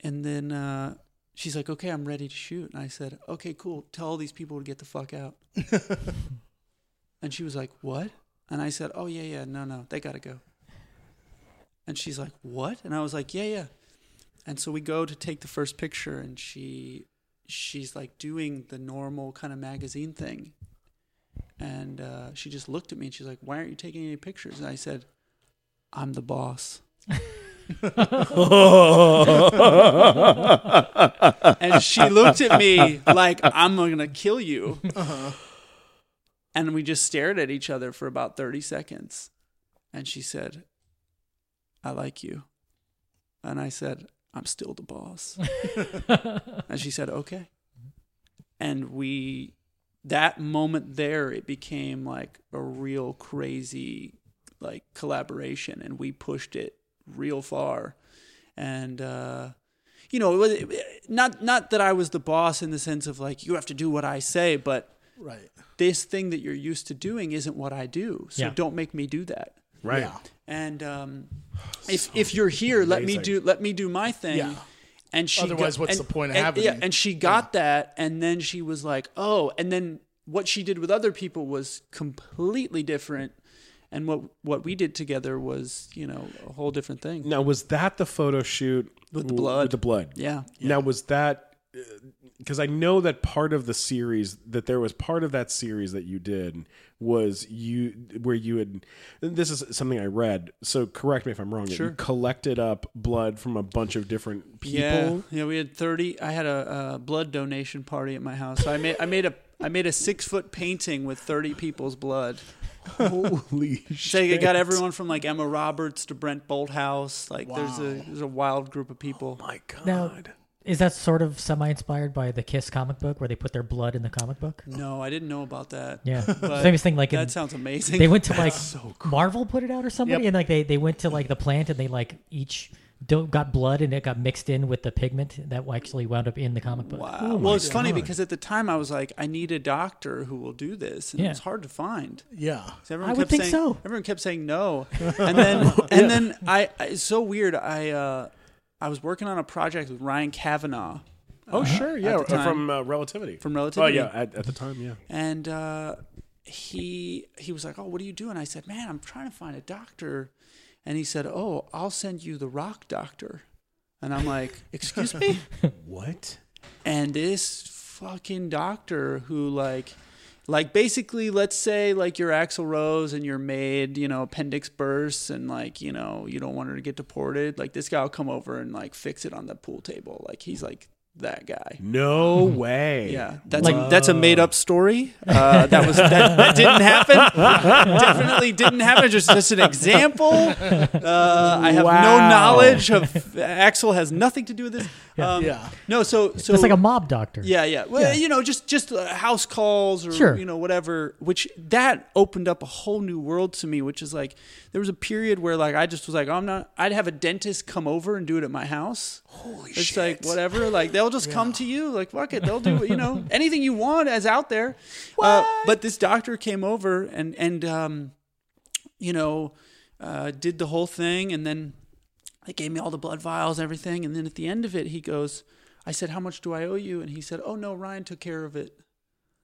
and then uh, she's like, "Okay, I'm ready to shoot," and I said, "Okay, cool. Tell all these people to get the fuck out." and she was like, "What?" And I said, "Oh yeah, yeah, no, no, they gotta go." And she's like, "What?" And I was like, "Yeah, yeah." And so we go to take the first picture, and she she's like doing the normal kind of magazine thing and uh, she just looked at me and she's like, "Why aren't you taking any pictures?" And I said, "I'm the boss." and she looked at me like, "I'm gonna kill you." And we just stared at each other for about thirty seconds, and she said, "I like you," and I said, "I'm still the boss." and she said, "Okay," and we that moment there it became like a real crazy like collaboration and we pushed it real far and uh you know it was it- not not that I was the boss in the sense of like you have to do what I say but Right. this thing that you're used to doing isn't what I do so Yeah. don't make me do that right. Yeah. and um if if you're here let me do let me do my thing Yeah. and she Otherwise, what's and- the point of and- having yeah, it? and she got that and then she was like oh and then what she did with other people was completely different and what what we did together was you know a whole different thing Now, was that the photo shoot With the blood. With the blood. yeah Now, was that uh, because I know that part of the series that there was part of that series that you did was you where you had this is something I read. So correct me if I'm wrong. that You Sure. collected up blood from a bunch of different people. Yeah, yeah. We had thirty. I had a, a blood donation party at my house. So I made I made a I made a six foot painting with thirty people's blood. Holy So shit! you got everyone from like Emma Roberts to Brent Bolthouse. Like there's a there's a wild group of people. Oh My God. Now, is that sort of semi-inspired by the Kiss comic book where they put their blood in the comic book? no, I didn't know about that. Yeah, But famous thing like in- that sounds amazing. they went to like Marvel put it out or somebody, and like they they went to like the plant and they like each do- got blood and it got mixed in with the pigment that actually wound up in the comic book. Wow. Uh, well, it's funny because at the time I was like, I need a doctor who will do this, and Yeah. it was hard to find. Yeah. 'Cause Everyone I kept would think saying, so. Everyone kept saying no, and then and then I, I it's so weird. I uh, I was working on a project with Ryan Kavanaugh Oh sure, yeah. At the uh, From time. uh, relativity. from oh Relativity. yeah, at, at the time, yeah. and uh, he he was like, "Oh, what are you doing?" I said, "Man, I'm trying to find a doctor," and he said, "Oh, I'll send you the Rock Doctor," and I'm like, "Excuse me." What? and this fucking doctor who like like basically let's say like you're Axl Rose and you're made, you know, appendix bursts and like, you know, you don't want her to get deported. Like this guy will come over and like fix it on the pool table. Like he's like that guy. No way. Yeah, that's a, that's a made up story. Uh, that was that, that didn't happen. Definitely didn't happen. Just just an example. Uh, I have Wow. no knowledge of Axel has nothing to do with this. Um, Yeah. No, so so it's like a mob doctor. yeah, yeah. Well, Yeah. you know, just just uh, house calls or Sure. you know whatever. Which that opened up a whole new world to me. Which is like there was a period where like I just was like, I'm not. I'd have a dentist come over and do it at my house. Holy it's shit! It's like whatever. Like they'll just come to you. Like fuck it, they'll do you know anything you want as out there. Uh, but this doctor came over and and um, you know, uh, did the whole thing and then they gave me all the blood vials, everything. And then at the end of it, he goes, I said, How much do I owe you? And he said, Oh, no, Ryan took care of it.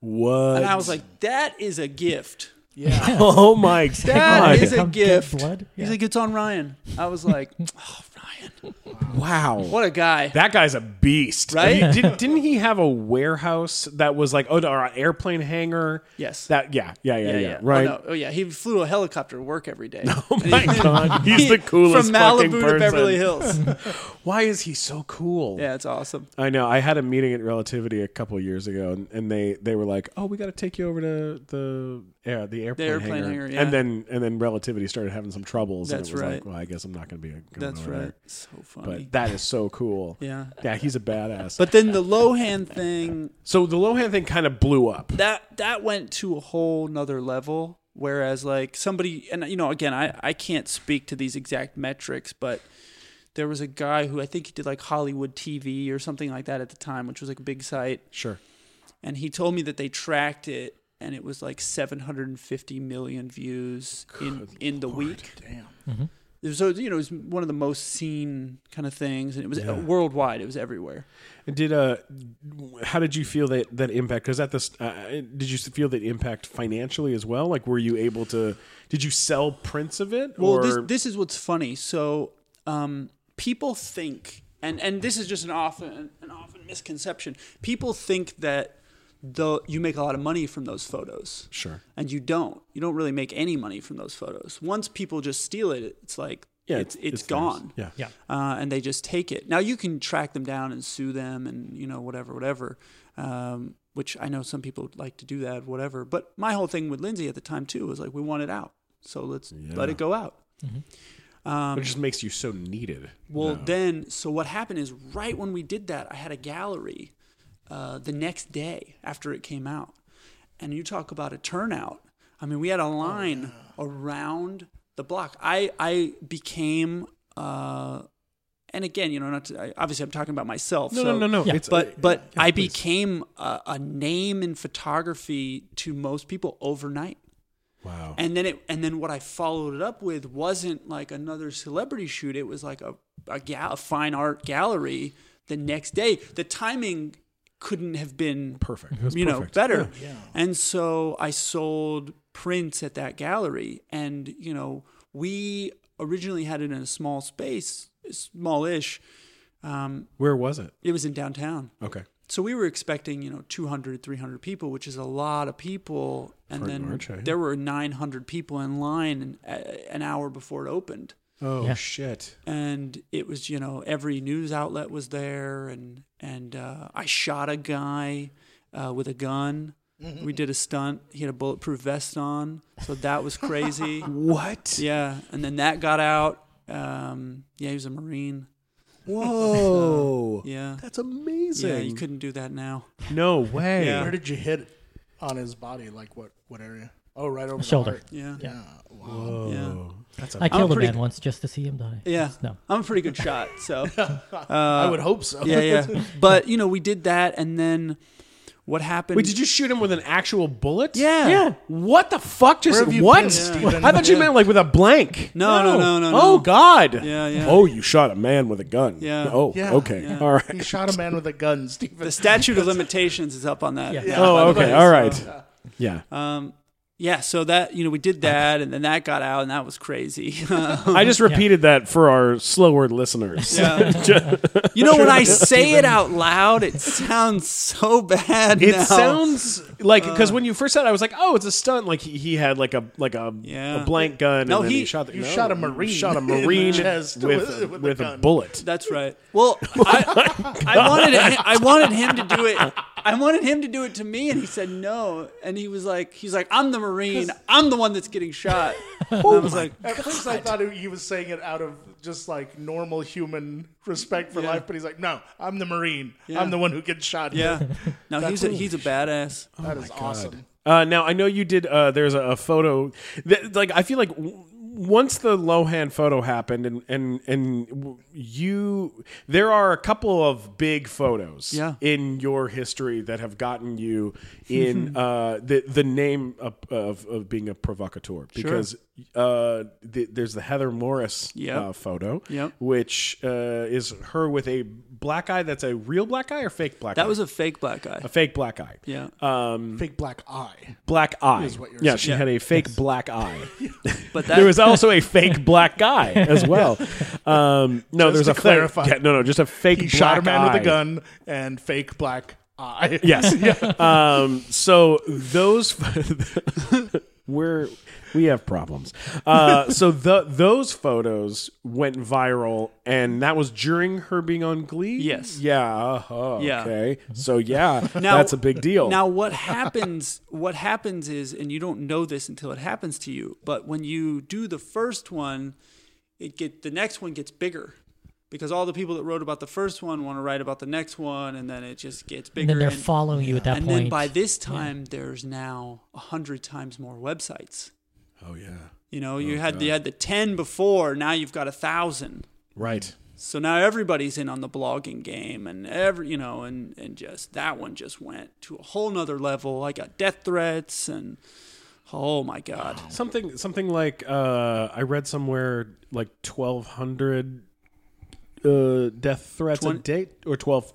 What? And I was like, That is a gift. oh my That god. is a Come get gift. blood? He's Yeah. like, It's on Ryan. I was like, Oh, Ryan. wow. What a guy. That guy's a beast, Right? He- didn't, didn't he have a warehouse that was like oh, no, or an airplane hangar? Yes. That yeah, yeah, yeah, yeah, Oh, right. no. oh, yeah. He flew a helicopter to work every day. Oh my god, he's the coolest From fucking Malibu person. to Beverly Hills. Why is he so cool? yeah, it's awesome. I know. I had a meeting at Relativity a couple years ago, and, and they, they were like, "Oh, we got to take you over to the yeah, the airplane, airplane hangar, yeah. And then and then Relativity started having some troubles, and That's it was like, right. "Well, I guess I'm not going to be going That's over right. there." So funny. But that is so cool. yeah. yeah, he's a badass. But then the Lohan thing, so the Lohan thing kind of blew up. that that went to a whole nother level whereas like somebody and you know again i i can't speak to these exact metrics but there was a guy who i think he did like hollywood tv or something like that at the time which was like a big site Sure. and he told me that they tracked it and it was like 750 million views in in the week Damn. so you know it was one of the most seen kind of things and it was worldwide it was everywhere Did uh, how did you feel that that impact? Because at this, uh, did you feel that impact financially as well? Like, were you able to? Did you sell prints of it? Well, or this, this is what's funny. So, um, people think, and, and this is just an often an often misconception. People think that though you make a lot of money from those photos, sure. and you don't. You don't really make any money from those photos. Once people just steal it, it's like Yeah, it's, it's theirs. gone Yeah, Yeah. uh, and they just take it. Now you can track them down and sue them, and you know whatever, whatever. Um, which I know some people like to do that, whatever. But my whole thing with Lindsay at the time too was like, we want it out, so let's let it go out. it just makes you so needed. Um, Well, then, so what happened is right when we did that, I had a gallery uh, the next day after it came out. And you talk about a turnout. I mean, we had a Oh, line around the block. I, I became, uh, and again, you know, not to, I, obviously I'm talking about myself. No, so, no, no, no. Yeah. It's, But, but yeah, I please. became a, a name in photography to most people overnight. wow. And then it and then what I followed it up with wasn't like another celebrity shoot. It was like a a, ga- a fine art gallery the next day. The timing couldn't have been Perfect. It was you know, perfect. better. And so I sold prints at that gallery. And, you know, we originally had it in a small space, smallish. Where was it? It was in downtown. Okay. So we were expecting, you know, 200, 300 people, which is a lot of people. And For then March, I hear. there were 900 people in line an, a- an hour before it opened. Oh Yeah. shit! And it was, you know, every news outlet was there. And, and uh, I shot a guy uh, with a gun. We did a stunt. He had a bulletproof vest on. So that was crazy. What? yeah. And then that got out. Um, yeah, he was a Marine. Whoa! Yeah. that's amazing. Yeah, you couldn't do that now. No way. Yeah. Where did you hit on his body? Like what? What area? Oh, right over the Shoulder. heart. Yeah. Yeah. Wow. Yeah. That's I killed a pretty man good- once just to see him die. Yeah. No. I'm a pretty good shot. So, I would hope so. yeah, yeah. But, you know, we did that. And then what happened? Wait, did you shoot him with an actual bullet? Yeah. Yeah. What the fuck? Just Where have you what? been, Steven? I thought you Yeah. meant like with a blank. No, no, no, no, Oh no. God. Yeah, yeah. Oh, you shot a man with a gun. Yeah. Oh, Yeah. okay. Yeah. All right. He shot a man with a gun, Stephen. The statute of limitations is up on that. Yeah. Oh, okay. All right. Yeah. Uh-huh. Yeah, So that, you know, we did that. And then that got out. And that was crazy. I just repeated that for our slower listeners. you know, when I say it out loud, it sounds so bad. It now. sounds like Uh. because when you first said, it, I was like, "Oh, it's a stunt." Like he, he had like a like a, Yeah. a blank gun. No, and then he- he shot. The, you no, shot a marine. you Shot a in the marine chest with with- a- with a with a gun. bullet. That's right. Well, I, I wanted I wanted him to do it. I wanted him to do it to me, and he said no. And he was like, he's like, I'm the Marine. I'm the one that's getting shot. And I was like, At first, I thought he was saying it out of just like normal human respect for Yeah. life, but he's like, "No, I'm the Marine. Yeah. I'm the one who gets shot." yeah. No, he's a, he's a badass. Oh that is awesome. Mm-hmm. Uh, now I know you did. Uh, there's a, a photo. That, like I feel like w- once the Lohan photo happened, and and and w- you, there are a couple of big photos Yeah. in your history that have gotten you in uh, the the name of, of, of being a provocateur because uh, th- there's the Heather Morris Yep. uh, photo, Yep. which uh, is her with a black eye. That's a real black eye or fake black? That eye? was a fake black guy. a fake black eye. Yeah. uh, Big black eye. black eye. what you're yeah, saying. she had a fake black eye. but that there was also a fake black guy as well. Um, no, Just there's to a fake, clarify. yeah, no, no, just a fake. He shot a black man with eye. a gun and fake black eye. Yes. Um, so those we're we have problems. Uh, so the those photos went viral, and that was during her being on Glee. Yes. Yeah. Uh-huh, Yeah. Okay. So yeah, Now- that's a big deal. Now what happens what happens is and you don't know this until it happens to you, but when you do the first one, it get the next one gets bigger. Because all the people that wrote about the first one want to write about the next one and then it just gets bigger. And then they're following you at that and point. then by this time there's now a hundred times more websites. oh yeah. You know, you had you had the ten before, now you've got a thousand. Right. So now everybody's in on the blogging game and every you know, and, and just that one just went to a whole nother level. I got death threats and oh my god. Something something like uh, I read somewhere like twelve hundred uh, death threats a Twen- day or 12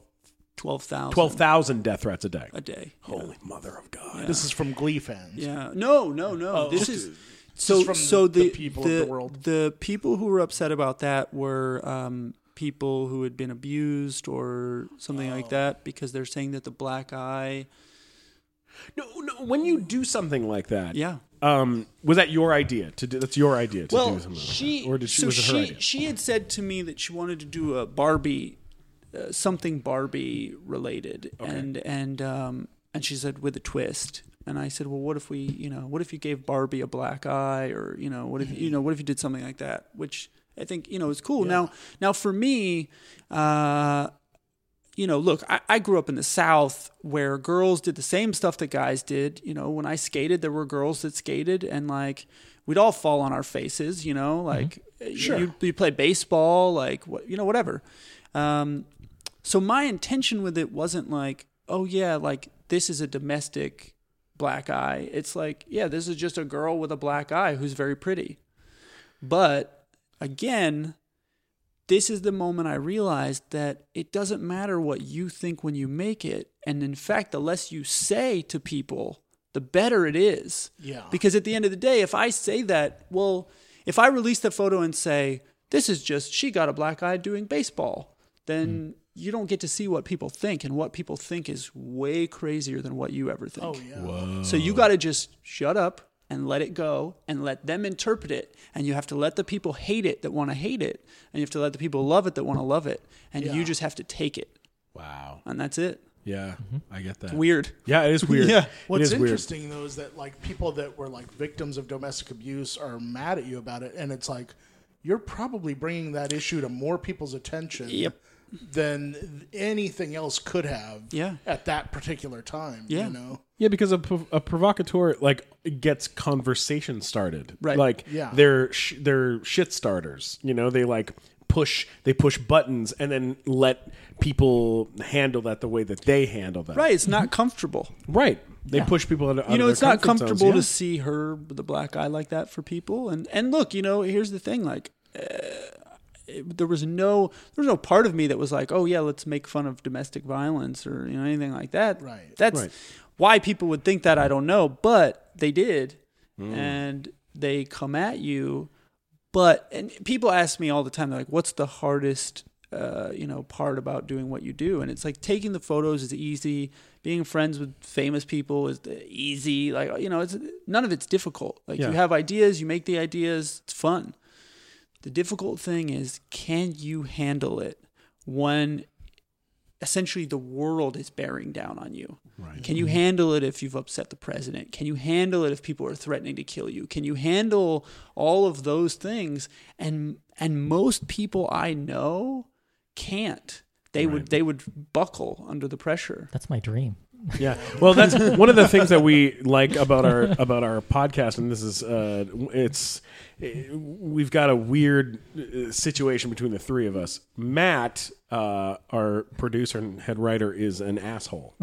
Twelve thousand 12,000 death threats a day. a day. Holy mother of God! This is from Glee fans. Yeah. No, no, no. Oh, this is so. is from so the the, people of the world. the people who were upset about that were um, people who had been abused or something Oh. like that because they're saying that the black eye. No, no. When you do something like that, Yeah. Um, was that your idea to do? That's your idea to Well, do something like she that, or did she? so was it she her idea? she had said to me that she wanted to do a Barbie, uh, something Barbie related, and and um and she said with a twist. And I said, well, what if we, you know, what if you gave Barbie a black eye, or you know, what if Mm-hmm. you know, what if you did something like that, which I think you know is cool. Now, now for me, uh, you know, look, I, I grew up in the South where girls did the same stuff that guys did. You know, when I skated, there were girls that skated, and like we'd all fall on our faces. You know, like eh, you you play baseball, like what you know, whatever. Um, so my intention with it wasn't like, oh yeah, like this is a domestic black eye. It's like, yeah, this is just a girl with a black eye who's very pretty. But again, this is the moment I realized that it doesn't matter what you think when you make it. And in fact, the less you say to people, the better it is. Yeah. Because at the end of the day, if I say that, well, if Hmm. I release the photo and say, this is just she got a black eye doing baseball, then you don't get to see what people think, and what people think is way crazier than what you ever think. Oh, yeah. So you got to just shut up and let it go and let them interpret it. And you have to let the people hate it that want to hate it. And you have to let the people love it that want to love it. And you just have to take it. Wow. And that's it. Yeah, I get that. Mm-hmm. Weird. Yeah, it is weird. Yeah. It What's is weird. interesting though is that like people that were like victims of domestic abuse are mad at you about it, and it's like you're probably bringing that issue to more people's attention Yep. than anything else could have. Yeah. at that particular time. Yeah. you know. Yeah, because a, prov- a provocateur like gets conversation started. Right. Like Yeah. they're sh- they're shit starters. You know, they like push they push buttons and then let people handle that the way that they handle that. Right. It's not comfortable. Right. They push people out. out you know, of it's their not comfort comfortable to zones, see her with a black eye like that for people. And and look, you know, here's the thing: like, uh, it- there was no there was no part of me that was like, oh yeah, let's make fun of domestic violence or you know anything like that. Right. That's Right. why people would think that. I don't know, but they did, Mm. and they come at you. But and people ask me all the time, they're like, what's the hardest? Uh, you know, part about doing what you do, and it's like taking the photos is easy. Being friends with famous people is the- easy. Like you know, it's none of it's difficult. Like you Yeah. have ideas, you make the ideas. It's fun. The difficult thing is, can you handle it when essentially the world is bearing down on you? Right. Can you handle it if you've upset the president? Can you handle it if people are threatening to kill you? Can you handle all of those things? And and most people I know can't. They would they would buckle under the pressure. That's my dream. Yeah. Well, that's one of the things that we like about our about our podcast, and this is uh, it's we've got a weird uh, situation between the three of us. Matt, uh, our producer and head writer, is an asshole.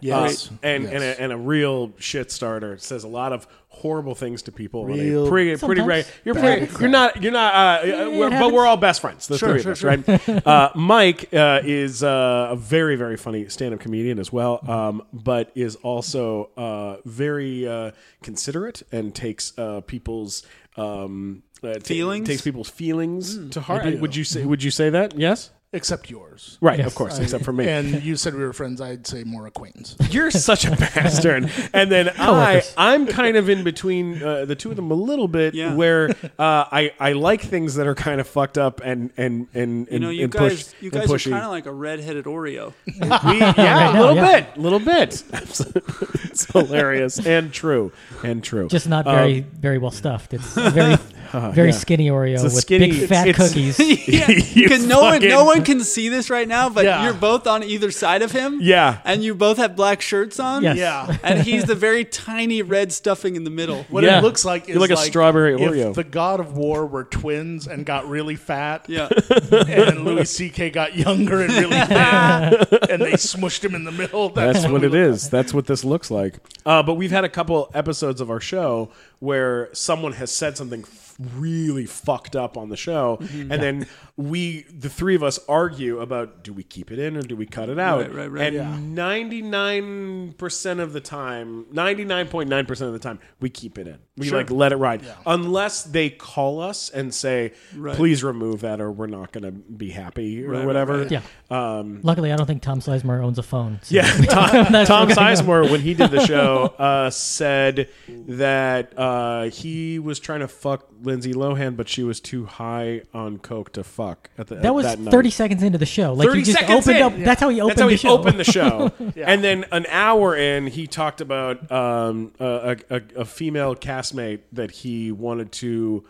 Yes, Uh, and and, a, and a real shit starter says a lot of horrible things to people. on a Real- pretty pretty Sometimes. right. You're pretty, you're not you're not. Uh, uh, we're- but we're all best friends. The three of us, right? uh, Mike uh, is uh, a very very funny stand up comedian as well, um, but is also uh, very uh, considerate and takes uh, people's. Um, uh, ta- Feelings? takes people's feelings to heart. Would you say? Would you say that? Yes, except yours. right. Of course, except for me. And you said we were friends. I'd say more acquaintance. You're such a bastard. And then I, Coworkers. I'm kind of in between uh, the two of them a little bit, Yeah. where uh, I I like things that are kind of fucked up and and and and, You know, you and guys pushed you and E. guys are pushy. kind of like a red-headed Oreo. we, yeah, now, a little yeah. bit, little bit. it's hilarious and true and true. Um, Just not very, very well stuffed. It's a very, very skinny Oreo Uh, a with skinny- big fat it's- cookies. yeah, You because no one, no fucking- one can see this right now, but Yeah. you're both on either side of him. Yeah. and you both have black shirts on. Yes. Yeah. and he's the very tiny red stuffing in the middle. What Yeah. it looks like You're is like a strawberry if Oreo. The God of War were twins and got really fat, Yeah, and then Louis C.K. got younger and really fat, and they smushed him in the middle. That's, That's what we it is. That's what this looks like. Uh, but we've had a couple episodes of our show where someone has said something f- really fucked up on the show, and then we, the three of us, argue about do we keep it in or do we cut it out. Right, right, right. Yeah. And ninety nine percent of the time, ninety nine point nine percent of the time, we keep it in. We like let it ride, unless they call us and say, "Please remove that," or we're not going to be happy or whatever. Yeah. Luckily, I don't think Tom Sizemore owns a phone. so- Um, Yeah, Tom, Tom Sizemore, when he did the show, uh, said that uh, he was trying to fuck Lindsay Lohan, but she was too high on coke to fuck. At the, That was 30 seconds into the show. Like he just seconds opened in. up. That's how he opened That's how the he show. opened the show. And then an hour in, he talked about um, a, a, a- a female castmate that he wanted to.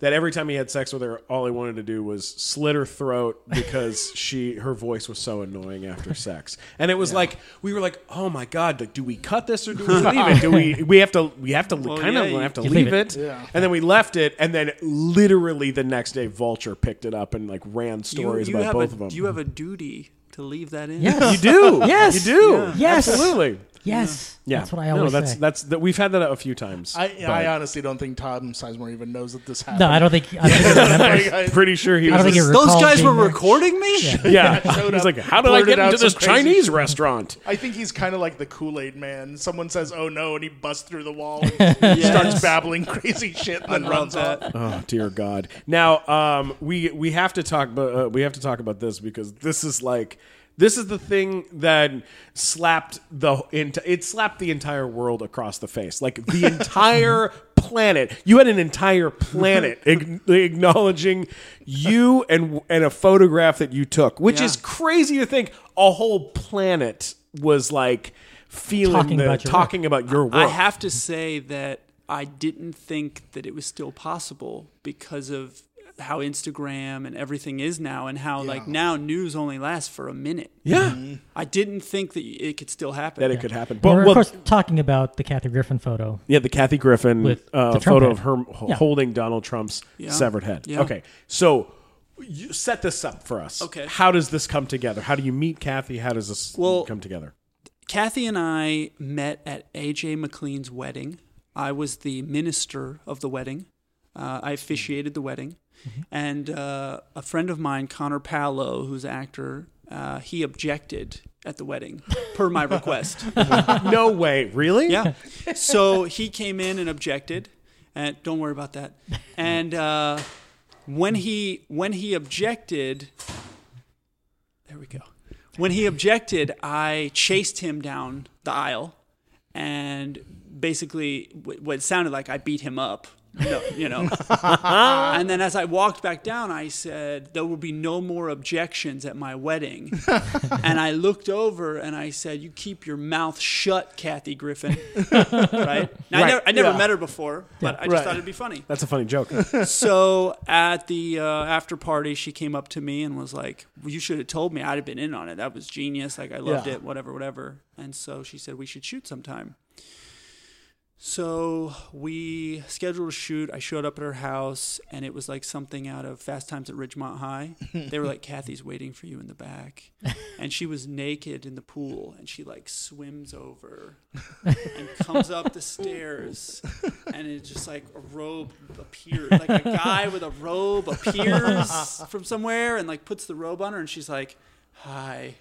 That every time he had sex with her, all he wanted to do was slit her throat because she her voice was so annoying after sex, and it was like we were like, oh my god, like, do we cut this or do we leave it? Do we we have to we have to kind yeah, of you- have to You leave leave it, and then we left it, and then literally the next day, Vulture picked it up and like ran stories about have both a, of them. You have a duty to leave that in. Yes. You do. Yes. You do. Yes. Absolutely. Yes, Yeah, that's what I No, always that's say. that's that we've had that a few times. I, but- I honestly don't think Tom Sizemore even knows that this happened. no, I don't think. I don't think he remembers. I- pretty sure he I was. don't think he just- Those recalls guys being were there. recording me. yeah, showed he's up, like, how did I blurted get out into some this crazy Chinese restaurant? I think he's kind of like the Kool Aid Man. Someone says, "Oh no," and he busts through the wall, and starts babbling crazy shit, and then runs off. Uh, Oh dear God! Now um, we we have to talk, but uh, we have to talk about this because this is like this is the thing that slapped the ent- it slapped the entire world across the face, like the entire planet. You had an entire planet ag- acknowledging you and and a photograph that you took, which Yeah. is crazy to think a whole planet was like feeling Talking the- about your work. talking about your work. I have to say that I didn't think that it was still possible because of how Instagram and everything is now, and how like now news only lasts for a minute. yeah, I didn't think that it could still happen. that it could happen. We're, But Mm-hmm. of well, course, talking about the Kathy Griffin photo. Yeah, the Kathy Griffin With uh, the Trump photo head. of her h- Yeah. holding Donald Trump's severed head. Yeah. Okay, so you set this up for us. Okay. how does this come together? How do you meet Kathy? How does this Well- come together? Kathy and I met at AJ McLean's wedding. I was the minister of the wedding. Uh, I officiated the wedding, Mm-hmm. and uh, a friend of mine, Connor Paolo, who's an actor, uh, he objected at the wedding per my request. no way, really? yeah. So he came in and objected, and don't worry about that. And uh, when he when he objected, there we go. When he objected, I chased him down the aisle, and basically, wh- what it sounded like I beat him up. No, you know. and then as I walked back down, I said, "There will be no more objections at my wedding." and I looked over and I said, "You keep your mouth shut, Kathy Griffin." right? Now, I never, I never met her before, but I just thought it'd be funny. That's a funny joke. So at the uh, after party, she came up to me and was like, well, "You should have told me. I'd have been in on it. That was genius. Like I loved it. Whatever, whatever." And so she said, "We should shoot sometime." So we scheduled a shoot. I showed up at her house, and it was like something out of Fast Times at Ridgemont High. They were like, "Kathy's waiting for you in the back," and she was naked in the pool, and she like swims over and comes up the stairs, and it just like a robe appears, like a guy with a robe appears from somewhere, and like puts the robe on her, and she's like, "Hi,"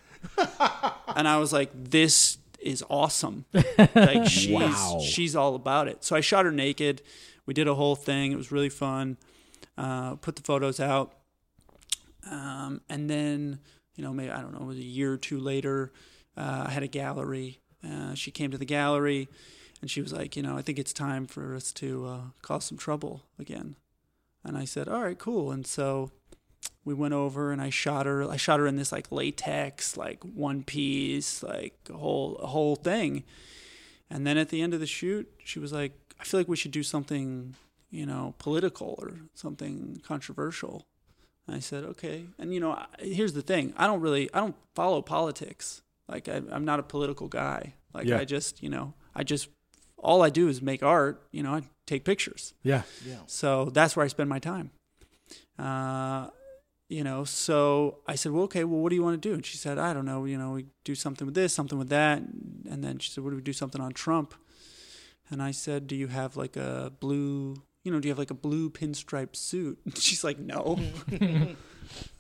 and I was like, "This." is awesome like she's she's all about it. So I shot her naked. We did a whole thing. It was really fun. Uh, put the photos out, um, and then you know maybe I don't know it was a year or two later. Uh, I had a gallery. Uh, she came to the gallery, and she was like, you know, I think it's time for us to uh, cause some trouble again. And I said, all right, cool. And so we went over and I shot her. I shot her in this like latex, like one piece, like a whole a whole thing. And then at the end of the shoot, she was like, I feel like we should do something, you know, political or something controversial. And I said, okay. And, you know, I, here's the thing I don't really, I don't follow politics. Like, I, I'm not a political guy. Like, Yeah. I just, you know, I just, all I do is make art, you know, I take pictures. yeah. So that's where I spend my time. Uh, you know, so I said, well, okay, well, what do you want to do? And she said, I don't know, you know, we do something with this, something with that. And then she said, what do we do something on Trump? And I said, do you have like a blue, you know, do you have like a blue pinstripe suit? And she's like, no.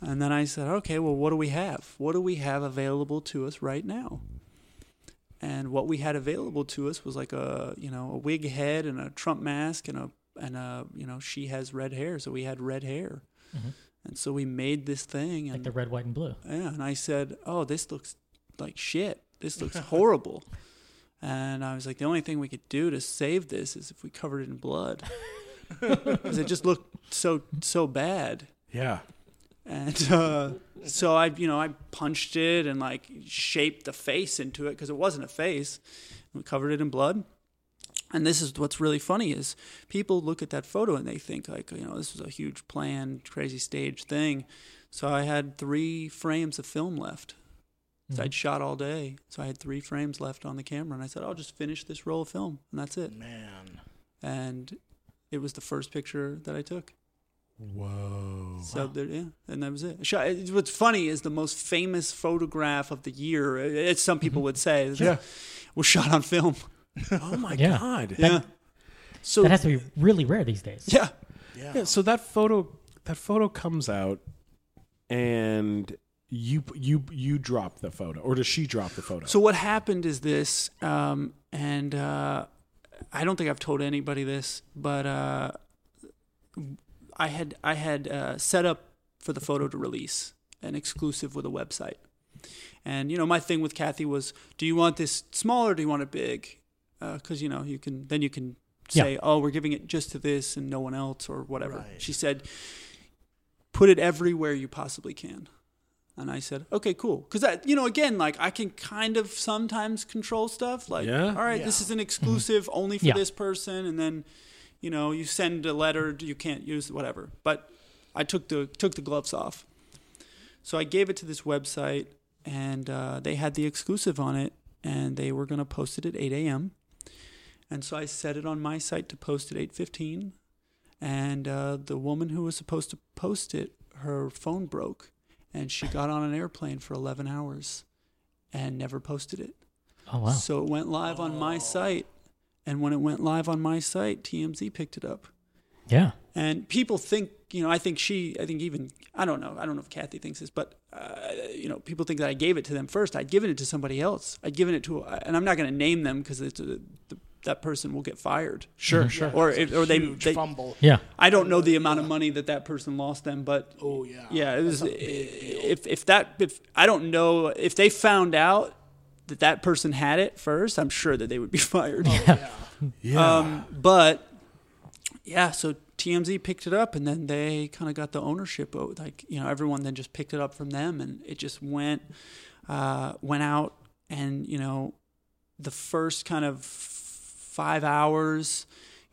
and then I said, okay, well, what do we have? What do we have available to us right now? and what we had available to us was like a you know a wig head and a Trump mask and a and a you know she has red hair, so we had red hair, and so we made this thing Mm-hmm. Like and the red, white, and blue. yeah, and I said, oh, this looks like shit. This looks horrible. And I was like, the only thing we could do to save this is if we covered it in blood, because it just looked so so bad Yeah. and uh, so I, you know, I punched it and like shaped the face into it because it wasn't a face. We covered it in blood. And this is what's really funny is people look at that photo and they think like, you know, this was a huge planned, crazy stage thing. So I had three frames of film left. So I'd shot all day, so I had three frames left on the camera, and I said, "I'll just finish this roll of film, and that's it." Man. And it was the first picture that I took. Whoa. So there, yeah, and that was it. Sh- it- What's funny is the most famous photograph of the year. uh, It's some people Mm-hmm. would say, Yeah. was shot on film. Oh my Yeah. god. Yeah, So That has to be really rare these days. yeah. yeah, so that photo that photo comes out and you you you drop the photo or does she drop the photo? So what happened is this, um, and uh, I don't think I've told anybody this, but uh, I had I had uh, set up for the photo to release an exclusive with a website, and you know my thing with Kathy was, do you want this small or do you want it big? Because uh, you know you can then you can say, Yeah. oh, we're giving it just to this and no one else or whatever. She said, put it everywhere you possibly can. And I said, okay, cool. Because that, you know, again, like I can kind of sometimes control stuff. Like, Yeah. all right, this is an exclusive only for Yeah. this person, and then, you know, you send a letter, you can't use whatever. But I took the took the gloves off, so I gave it to this website, and uh, they had the exclusive on it, and they were gonna post it at 8 a.m. And so I set it on my site to post at 8:15, and uh, the woman who was supposed to post it, her phone broke, and she got on an airplane for 11 hours, and never posted it. Oh wow. So it went live on my site, and when it went live on my site, TMZ picked it up. Yeah. And people think, you know, I think she, I think even, I don't know, I don't know if Kathy thinks this, but, uh, you know, people think that I gave it to them first. I'd given it to somebody else. I'd given it to, and I'm not going to name them because the, that person will get fired. sure, sure. Or, it, or they, Huge they fumble. Yeah. I don't know the amount of money that that person lost them, but Oh yeah. yeah, it was if if that if I don't know if they found out that that person had it first, I'm sure that they would be fired. Oh, Yeah. Um, but yeah, so TMZ picked it up, and then they kind of got the ownership. Of, like you know, everyone then just picked it up from them, and it just went uh, went out, and you know, the first kind of five hours,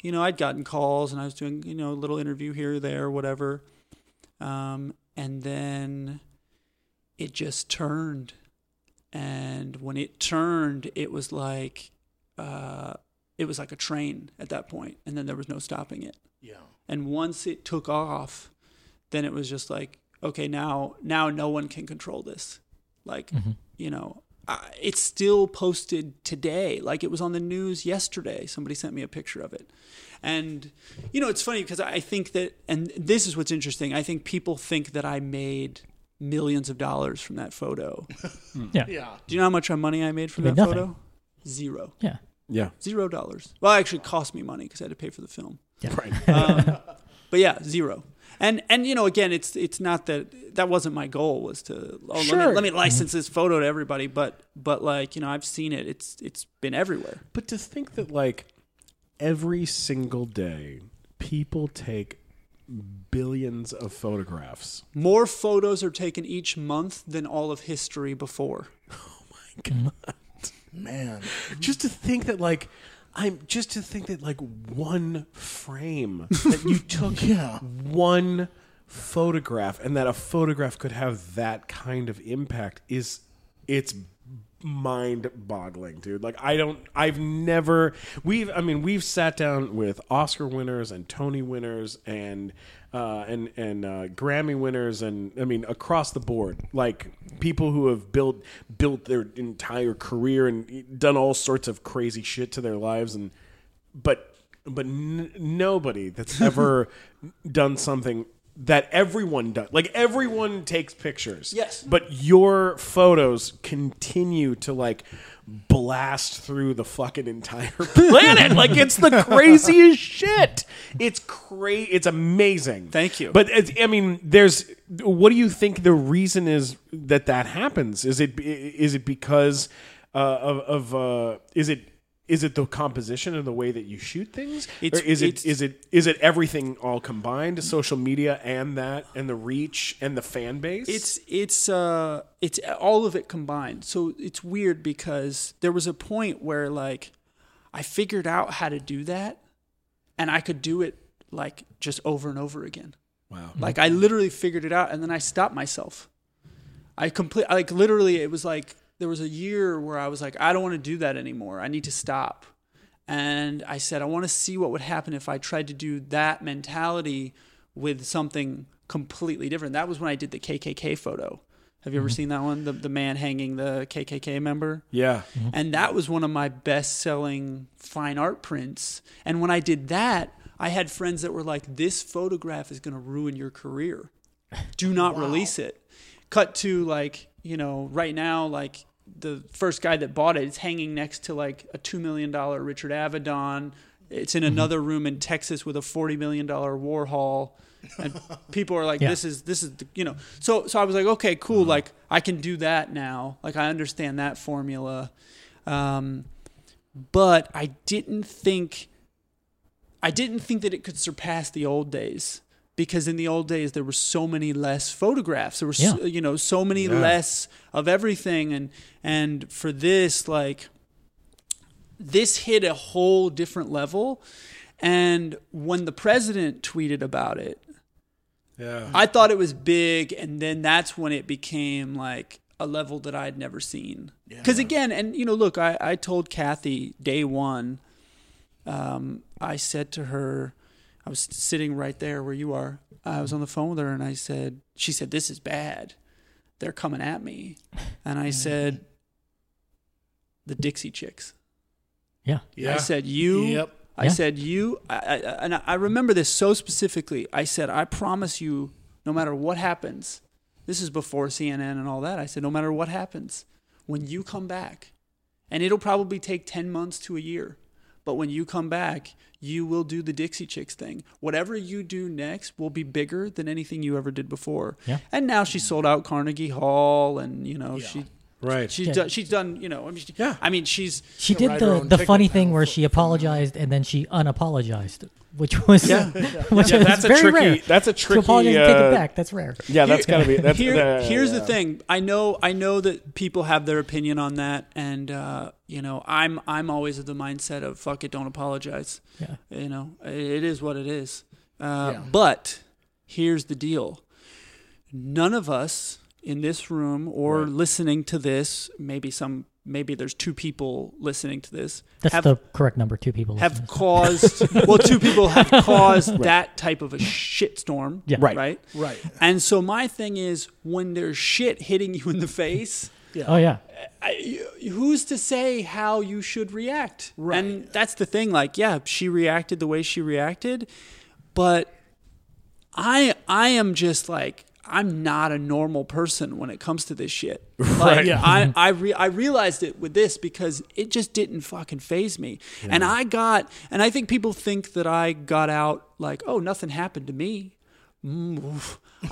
you know, I'd gotten calls, and I was doing you know a little interview here, or there, whatever, um, and then it just turned. And when it turned, it was like uh, it was like a train at that point, and then there was no stopping it. Yeah. And once it took off, then it was just like, okay, now now no one can control this. Like, you know, I, it's still posted today. Like it was on the news yesterday. Somebody sent me a picture of it, and you know, it's funny because I think that, and this is what's interesting. I think people think that I made millions of dollars from that photo. Yeah. Do you know how much money I made from You made that nothing. photo? Zero. Yeah. yeah. Zero dollars. Well, it actually cost me money because I had to pay for the film. Right. But yeah, zero. And and you know, again, it's it's not that that wasn't my goal was to oh, let, Sure. me, let me license this photo to everybody, but but like you know, I've seen it. It's it's been everywhere. But to think that like every single day people take billions of photographs. More photos are taken each month than all of history before. Man. Just to think that like I'm just to think that like one frame that you took Yeah. one photograph and that a photograph could have that kind of impact is it's mind boggling dude like i don't i've never we've i mean we've sat down with oscar winners and tony winners and uh and and uh grammy winners and i mean across the board like people who have built built their entire career and done all sorts of crazy shit to their lives and but but n- nobody that's ever done something that everyone does like everyone takes pictures Yes. but your photos continue to like blast through the fucking entire planet like it's the craziest shit it's cra- it's amazing Thank you. but it's, i mean there's what do you think the reason is that that happens is it is it because uh, of, of uh, is it is it the composition and the way that you shoot things? It's- or is it's- it is it is it everything all combined? Social media and that and the reach and the fan base. It's it's uh it's all of it combined. So it's weird because there was a point where like I figured out how to do that and I could do it like just over and over again. wow. Like I literally figured it out and then I stopped myself. I complete like literally it was like there was a year where I was like I don't want to do that anymore. I need to stop. And I said I want to see what would happen if I tried to do that mentality with something completely different. That was when I did the KKK photo. Have you ever seen that one? The, the man hanging the KKK member? Yeah. And that was one of my best selling fine art prints. And when I did that, I had friends that were like, this photograph is going to ruin your career. Do not release it. Cut to like, you know, right now, like the first guy that bought it, it's hanging next to like a $2 million Richard Avedon. It's in another room in Texas with a $40 million Warhol. And people are like, Yeah. this is, this is, the, you know. So, so I was like, okay, cool. Like, I can do that now. Like, I understand that formula. Um, but I didn't think I didn't think that it could surpass the old days because in the old days there were so many less photographs there were so, Yeah. you know so many less of everything and and for this like this hit a whole different level and when the president tweeted about it Yeah. I thought it was big, and then that's when it became like a level that I'd never seen. Because again, and you know, look, I, I told Kathy day one, um, I said to her, I was sitting right there where you are. I was on the phone with her, and I said, she said, "This is bad. They're coming at me," and I said, "The Dixie Chicks." Yeah. I said you. Yep. I Yeah. said you. I, I, and I remember this so specifically. I said, I promise you, no matter what happens, this is before CNN and all that. I said, no matter what happens, when you come back, and it'll probably take 10 months to a year, but when you come back, you will do the Dixie Chicks thing. Whatever you do next will be bigger than anything you ever did before. Yeah. And now she sold out Carnegie Hall, and you know she Right. she's Yeah. done, she's done. You know, I mean, she, yeah. I mean, she's She ride did her the, own the ticket funny now thing where for- she apologized and then she unapologized, which was which is that's a very tricky- rare. that's a to tricky, apologize and take uh, it back. That's rare. Yeah, that's gotta be. That's Here, uh, the- here's the thing. I know, I know that people have their opinion on that, and uh, you know, I'm, I'm always of the mindset of fuck it, don't apologize. Yeah. You know, it, it is what it is. Uh, But here's the deal: none of us in this room or listening to this, maybe some, maybe there's two people listening to this, That's have the correct number. Two people. have caused well two people have caused that type of a shitstorm Yeah. right Right. right Right. and so my thing is when there's shit hitting you in the face oh yeah. I, who's to say how you should react right. and that's the thing like yeah she reacted the way she reacted but i i am just like i'm not a normal person when it comes to this shit like Yeah. i I, re- I realized it with this because it just didn't fucking phase me and i got and i think people think that i got out like oh nothing happened to me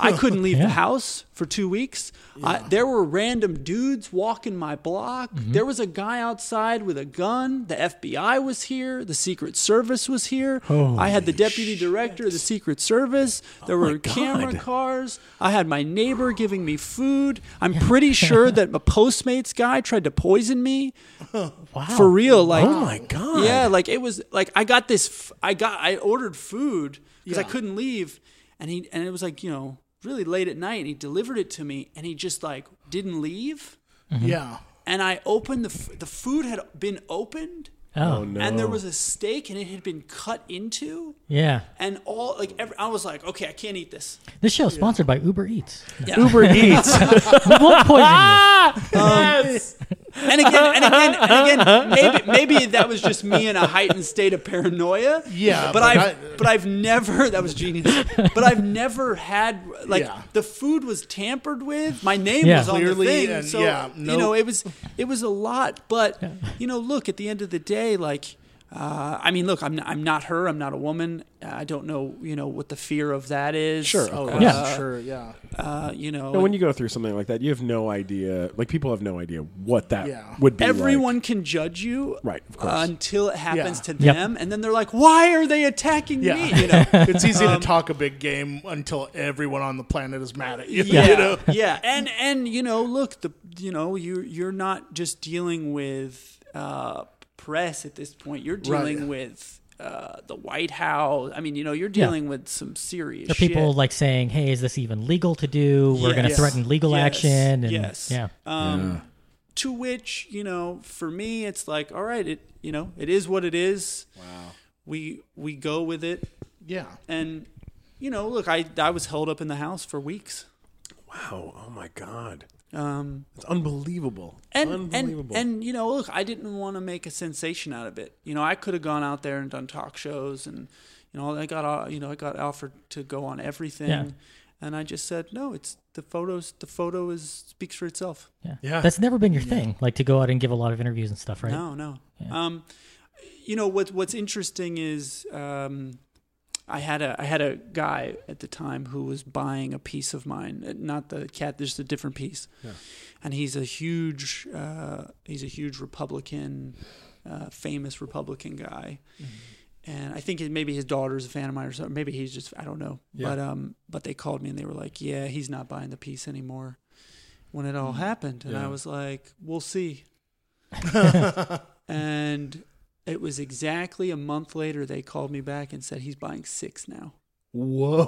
I couldn't leave the house for two weeks. I, there were random dudes walking my block. There was a guy outside with a gun. The FBI was here. The Secret Service was here. I had the deputy director of the Secret Service. There were camera cars. I had my neighbor giving me food. I'm pretty sure that a Postmates guy tried to poison me. Wow. For real, like Oh my god. yeah, like it was like I got this. f- I got I ordered food because I couldn't leave, and he and it was like you know really late at night, and he delivered it to me, and he just like didn't leave, Yeah. and I opened the f- the food had been opened, Oh, and there was a steak, and it had been cut into, yeah. and all like every, I was like, okay, I can't eat this. This show is sponsored by Uber Eats. Uber Eats. We won't poison you. and again, and again, and again, maybe maybe that was just me in a heightened state of paranoia. Yeah, but, but I've I- but I've never that was genius. But I've never had like Yeah. the food was tampered with. My name Yeah. was on Clearly, the thing, and so yeah, you know nope. it was it was a lot. But you know, look at the end of the day, like. Uh, I mean, look, I'm not, I'm not her. I'm not a woman. I don't know, you know, what the fear of that is. Sure, Oh, uh, yeah. Yeah. Sure. Yeah. uh, you know, when you go through something like that, you have no idea. Like people have no idea what that Yeah. would be. like. everyone can judge you Right, of course. until it happens Yeah. to Yep. them and then they're like why are they attacking Yeah. me you know It's easy Um, to talk a big game until everyone on the planet is mad at you. yeah You know? yeah and and you know look the you know you you're not just dealing with uh press at this point you're Right. dealing with uh the white house i mean you know you're dealing with some serious There are people shit. like saying, "Hey, is this even legal to do? We're going to Yes. threaten legal Yes. action." And, Yes. Yeah. Um, To which you know, for me, it's like, all right, it you know, it is what it is. Wow. We we go with it, Yeah. and you know, look, I I was held up in the house for weeks. Wow. Oh my God. Um, It's unbelievable. and and unbelievable. and you know, look, I didn't want to make a sensation out of it. You know, I could have gone out there and done talk shows, and you know, I got uh, you know, I got offered to go on everything, Yeah. and I just said no. It's the photos. The photo is speaks for itself. Yeah. Yeah. That's never been your thing, like to go out and give a lot of interviews and stuff, right? No, no. Um, you know what? What's interesting is um, I had a I had a guy at the time who was buying a piece of mine, uh, not the cat, just a different piece, and he's a huge uh, he's a huge Republican, uh, famous Republican guy. And I think it- maybe his daughter's a fan of mine, or something. Maybe he's just—I don't know. But um, but they called me and they were like, "Yeah, he's not buying the piece anymore." When it all happened, and I was like, "We'll see." and it was exactly a month later they called me back and said he's buying six now Oh,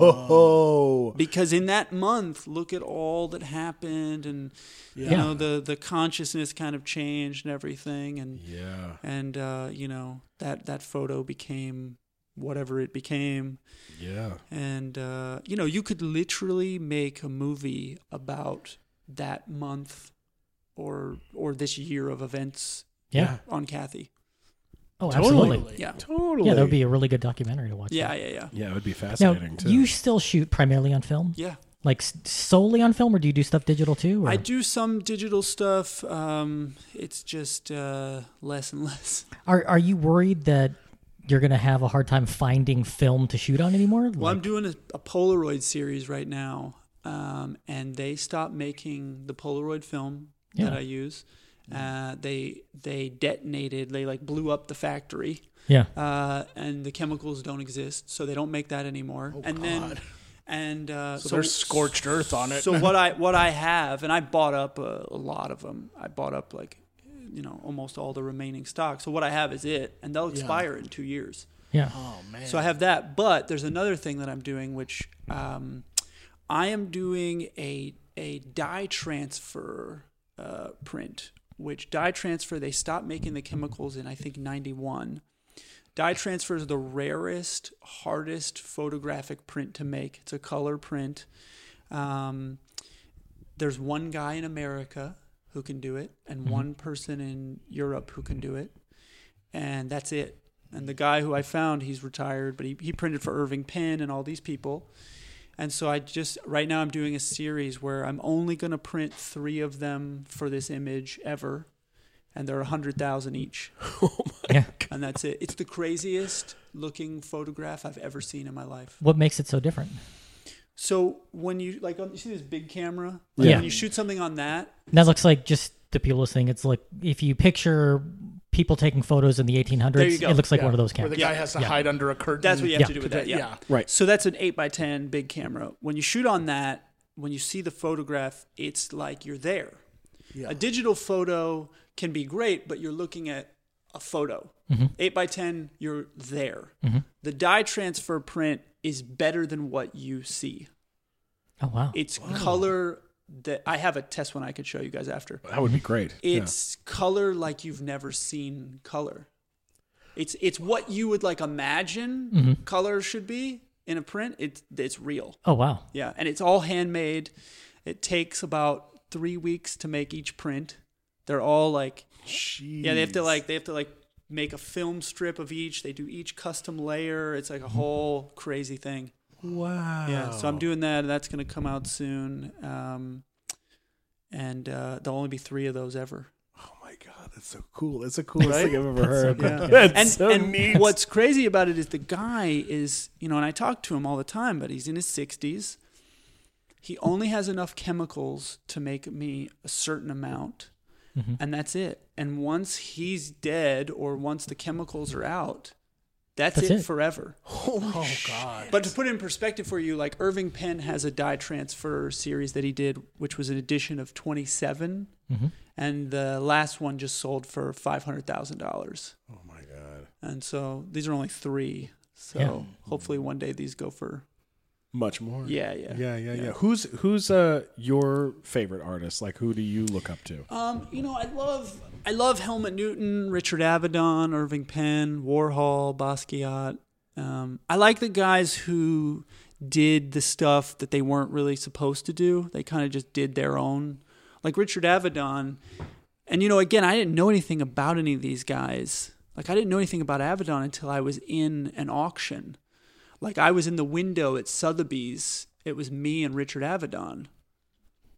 Whoa. because in that month look at all that happened and you Yeah. know the the consciousness kind of changed and everything and Yeah. and uh, you know that that photo became whatever it became Yeah. and uh, you know you could literally make a movie about that month or or this year of events Yeah. on Kathy Oh, absolutely. yeah Totally. Yeah, that would be a really good documentary to watch. yeah yeah yeah Yeah, it would be fascinating Now, too. you still shoot primarily on film, yeah like s- solely on film, or do you do stuff digital too? Or? I do some digital stuff. Um, it's just uh, less and less. Are Are you worried that you're gonna have a hard time finding film to shoot on anymore? Well, I'm Like- doing a, a Polaroid series right now, um, and they stopped making the Polaroid film that Yeah. I use. Uh, they they detonated. They like blew up the factory, yeah, uh, and the chemicals don't exist, so they don't make that anymore. and then, and uh, so, Oh, There's scorched earth on it. So what I what I have, and I bought up a, a lot of them. I bought up like, you know, almost all the remaining stock. So what I have is it, and they'll expire in two years. yeah. So I have that. But there's another thing that I'm doing, which um, I am doing a a dye transfer uh, print. Which dye transfer? They stopped making the chemicals in I think '91. Dye transfer is the rarest, hardest photographic print to make. It's a color print. Um, there's one guy in America who can do it, and one person in Europe who can do it and that's it. And the guy who I found, he's retired, but he, he printed for Irving Penn and all these people. And so I just, right now, I'm doing a series where I'm only going to print three of them for this image ever. And they're 100,000 each. yeah. And that's it. It's the craziest looking photograph I've ever seen in my life. What makes it so different? So when you, like, on, you see this big camera? Like, Yeah. When you shoot something on that, That looks like just the Pulis thing. It's like if you picture people taking photos in the 1800s, There you go. it looks like Yeah. one of those Where cameras. the guy has to hide under a curtain. That's what you have Yeah. to do with that. Yeah. Yeah. Right. So that's an eight by ten big camera. When you shoot on that, when you see the photograph, it's like you're there. A digital photo can be great, but you're looking at a photo. Eight by ten, you're there. The dye transfer print is better than what you see. Oh wow. It's color that I have a test one I could show you guys after. that would be great. It's color like you've never seen color. It's it's what you would like imagine color should be in a print. It's it's real. oh wow. Yeah, and it's all handmade. It takes about 3 weeks to make each print. They're all like Yeah, they have to like they have to like make a film strip of each. They do each custom layer. It's like a whole crazy thing. wow. Yeah, so I'm doing that. That's going to come out soon. Um and uh, there'll only be 3 of those ever. Oh my God, that's so cool. That's the coolest thing I've ever so heard. cool. Yeah. That's and, so and neat. what's crazy about it is the guy is you know and i talk to him all the time but he's in his 60s he only has enough chemicals to make me a certain amount and that's it and once he's dead or once the chemicals are out that's, That's it, it. forever Oh God. but to put it in perspective for you like irving penn has a dye transfer series that he did which was an edition of 27 and the last one just sold for $500000 Oh my God. and so these are only three. So Yeah. hopefully one day these go for Much more. yeah, yeah, Yeah, yeah, yeah. Who's who's uh your favorite artist? Like who do you look up to? Um, you know, I love I love Helmut Newton, Richard Avedon, Irving Penn, Warhol, Basquiat. Um, I like the guys who did the stuff that they weren't really supposed to do. They kind of just did their own. Like Richard Avedon, and you know, again, I didn't know anything about any of these guys. Like I didn't know anything about Avedon until I was in an auction. Like I was in the window at Sotheby's. It was me and Richard Avedon.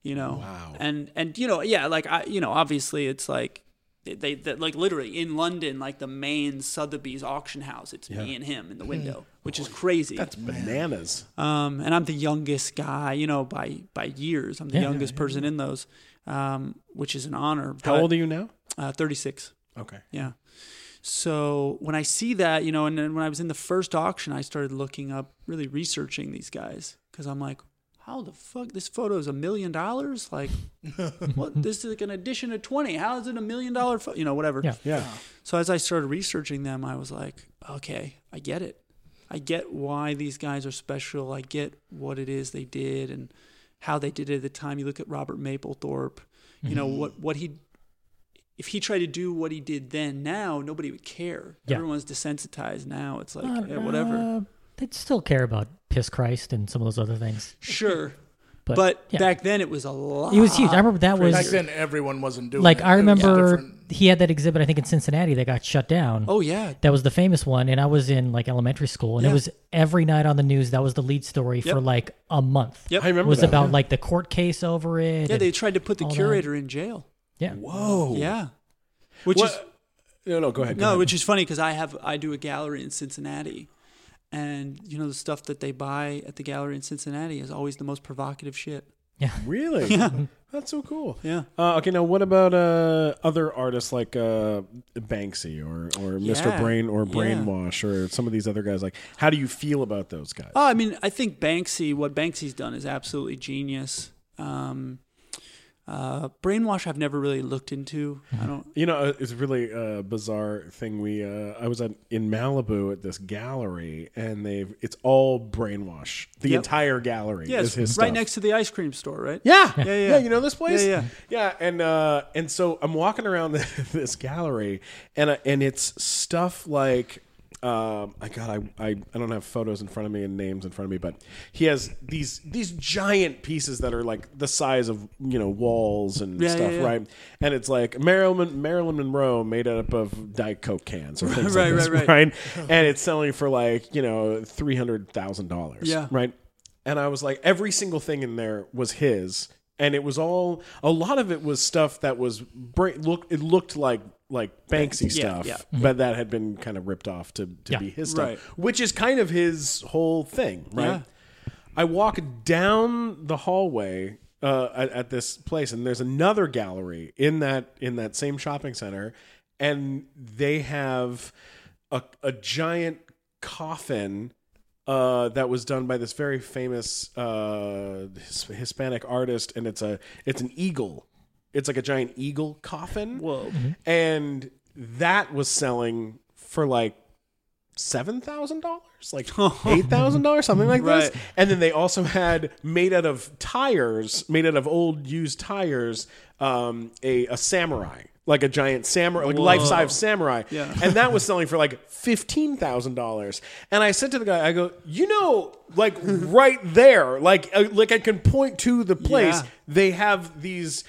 You know. Wow. And and you know, yeah, like I you know, obviously it's like they, they, that like literally in London, like the main Sotheby's auction house, it's me and him in the window, which is crazy. Bananas. Um, and I'm the youngest guy, you know, by by years. I'm the youngest person in those, um, which is an honor. How old are you now? Uh, 36. Okay. Yeah. So when I see that, you know, and then when I was in the first auction, I started looking up, really researching these guys because I'm like, how the fuck this photo is a million dollars? Like, what? This is like an edition of 20. How is it a million dollar photo? You know, whatever. Yeah. Yeah. So as I started researching them, I was like, okay, I get it. I get why these guys are special. I get what it is they did and how they did it at the time. You look at Robert Mapplethorpe, you Mm-hmm. know, what, what he, if he tried to do what he did then now, nobody would care. Yeah. Everyone's desensitized now. It's like, Uh, yeah, whatever. uh, they'd still care about Piss Christ and some of those other things. Sure. But, But, yeah. back then it was a lot. It was huge. I remember that was Back Back then, everyone wasn't doing like it. I It was remember different. he had that exhibit I think in Cincinnati that got shut down. Oh yeah. That was the famous one, and I was in like elementary school, and it Yeah. was every night on the news. That was the lead story for Yep. like a month. Yep. I remember It was that. about like the court case over it. Yeah, and- they tried to put the all that. curator in jail. yeah. Whoa. Yeah. Which is What- No, no, go ahead. go no, ahead. which is funny because I have I do a gallery in Cincinnati, and you know the stuff that they buy at the gallery in Cincinnati is always the most provocative shit. Really? That's so cool. Yeah. Uh, okay, now what about uh, other artists like uh, Banksy or, or Mr. Yeah. Brain or Yeah. Brainwash or some of these other guys? Like, how do you feel about those guys? Oh, I mean, I think Banksy, what Banksy's done is absolutely genius. Um, uh, brainwash, I've never really looked into. I don't. You know, uh, it's really a bizarre thing. We uh, I was at, in Malibu at this gallery, and they've it's all brainwash. The Yep. entire gallery Yeah, is it's his right stuff. next to the ice cream store, right? Yeah. Yeah, Yeah, yeah. You know this place? Yeah, yeah. And uh, and so I'm walking around this gallery, and uh, and it's stuff like. Um, I got I, I I don't have photos in front of me and names in front of me, but he has these these giant pieces that are like the size of you know walls and Yeah, stuff, yeah, yeah. right? And it's like Marilyn Marilyn Monroe made up of Diet Coke cans or things Right, like this, right, right. right? And it's selling for like you know three hundred thousand dollars, Yeah. right? And I was like, every single thing in there was his, and it was all a lot of it was stuff that was bra- look. It looked like like Banksy Yeah, stuff, yeah. but that had been kind of ripped off to to Yeah. be his stuff, Right. which is kind of his whole thing, right? Yeah. I walk down the hallway uh, at, at this place, and there's another gallery in that in that same shopping center, and they have a, a giant coffin uh, that was done by this very famous uh, his, Hispanic artist, and it's a it's an eagle. It's like a giant eagle coffin. Whoa. Mm-hmm. And that was selling for like seven thousand dollars, like eight thousand dollars, something like Right. this. And then they also had made out of tires, made out of old used tires, um, a, a samurai. Like a giant samurai, like life size samurai. Yeah. And that was selling for like $15,000. And I said to the guy, I go, you know, like right there, like, uh, like I can point to the place, Yeah. they have these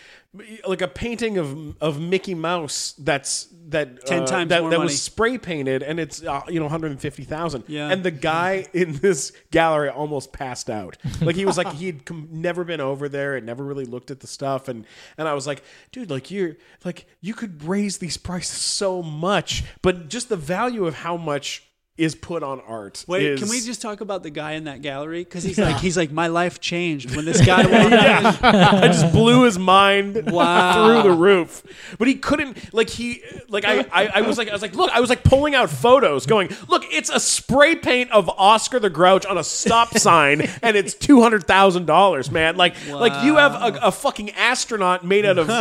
like a painting of of Mickey Mouse that's that 10 uh, times that, more that money. was spray painted and it's uh, you know 150,000 Yeah. and the guy in this gallery almost passed out like he was like he'd com- never been over there and never really looked at the stuff and and I was like dude like you're like you could raise these prices so much but just the value of how much is put on art Wait, is- can we just talk about the guy in that gallery? Because he's like, he's like, my life changed when this guy. yeah. I just blew his mind Wow. through the roof. But he couldn't like he like I, I I was like I was like look I was like pulling out photos going look it's a spray paint of Oscar the Grouch on a stop sign and it's two hundred thousand dollars man like like you have a, a fucking astronaut made out of uh,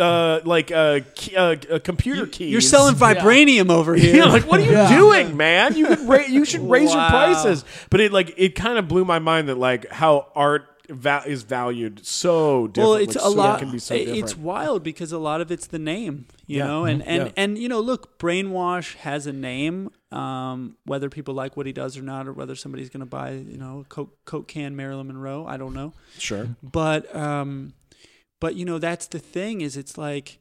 uh, like uh, key, uh, uh, computer keys You're selling vibranium over here. yeah, like what are you doing, man? You could ra- you should raise your Wow. prices. But it like it kind of blew my mind that like how art va- is valued so well, differently. it's a so- lot. Can be so it- it's different. wild because a lot of it's the name, you Yeah. mm-hmm, know, and and Yeah. and you know, look, brainwash has a name. Um, whether people like what he does or not, or whether somebody's going to buy, you know, a coke, coke can Marilyn Monroe, I don't know. sure. But um, but you know, that's the thing is, it's like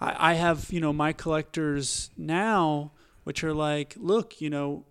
I, I have you know my collectors now, which are like, look, you know,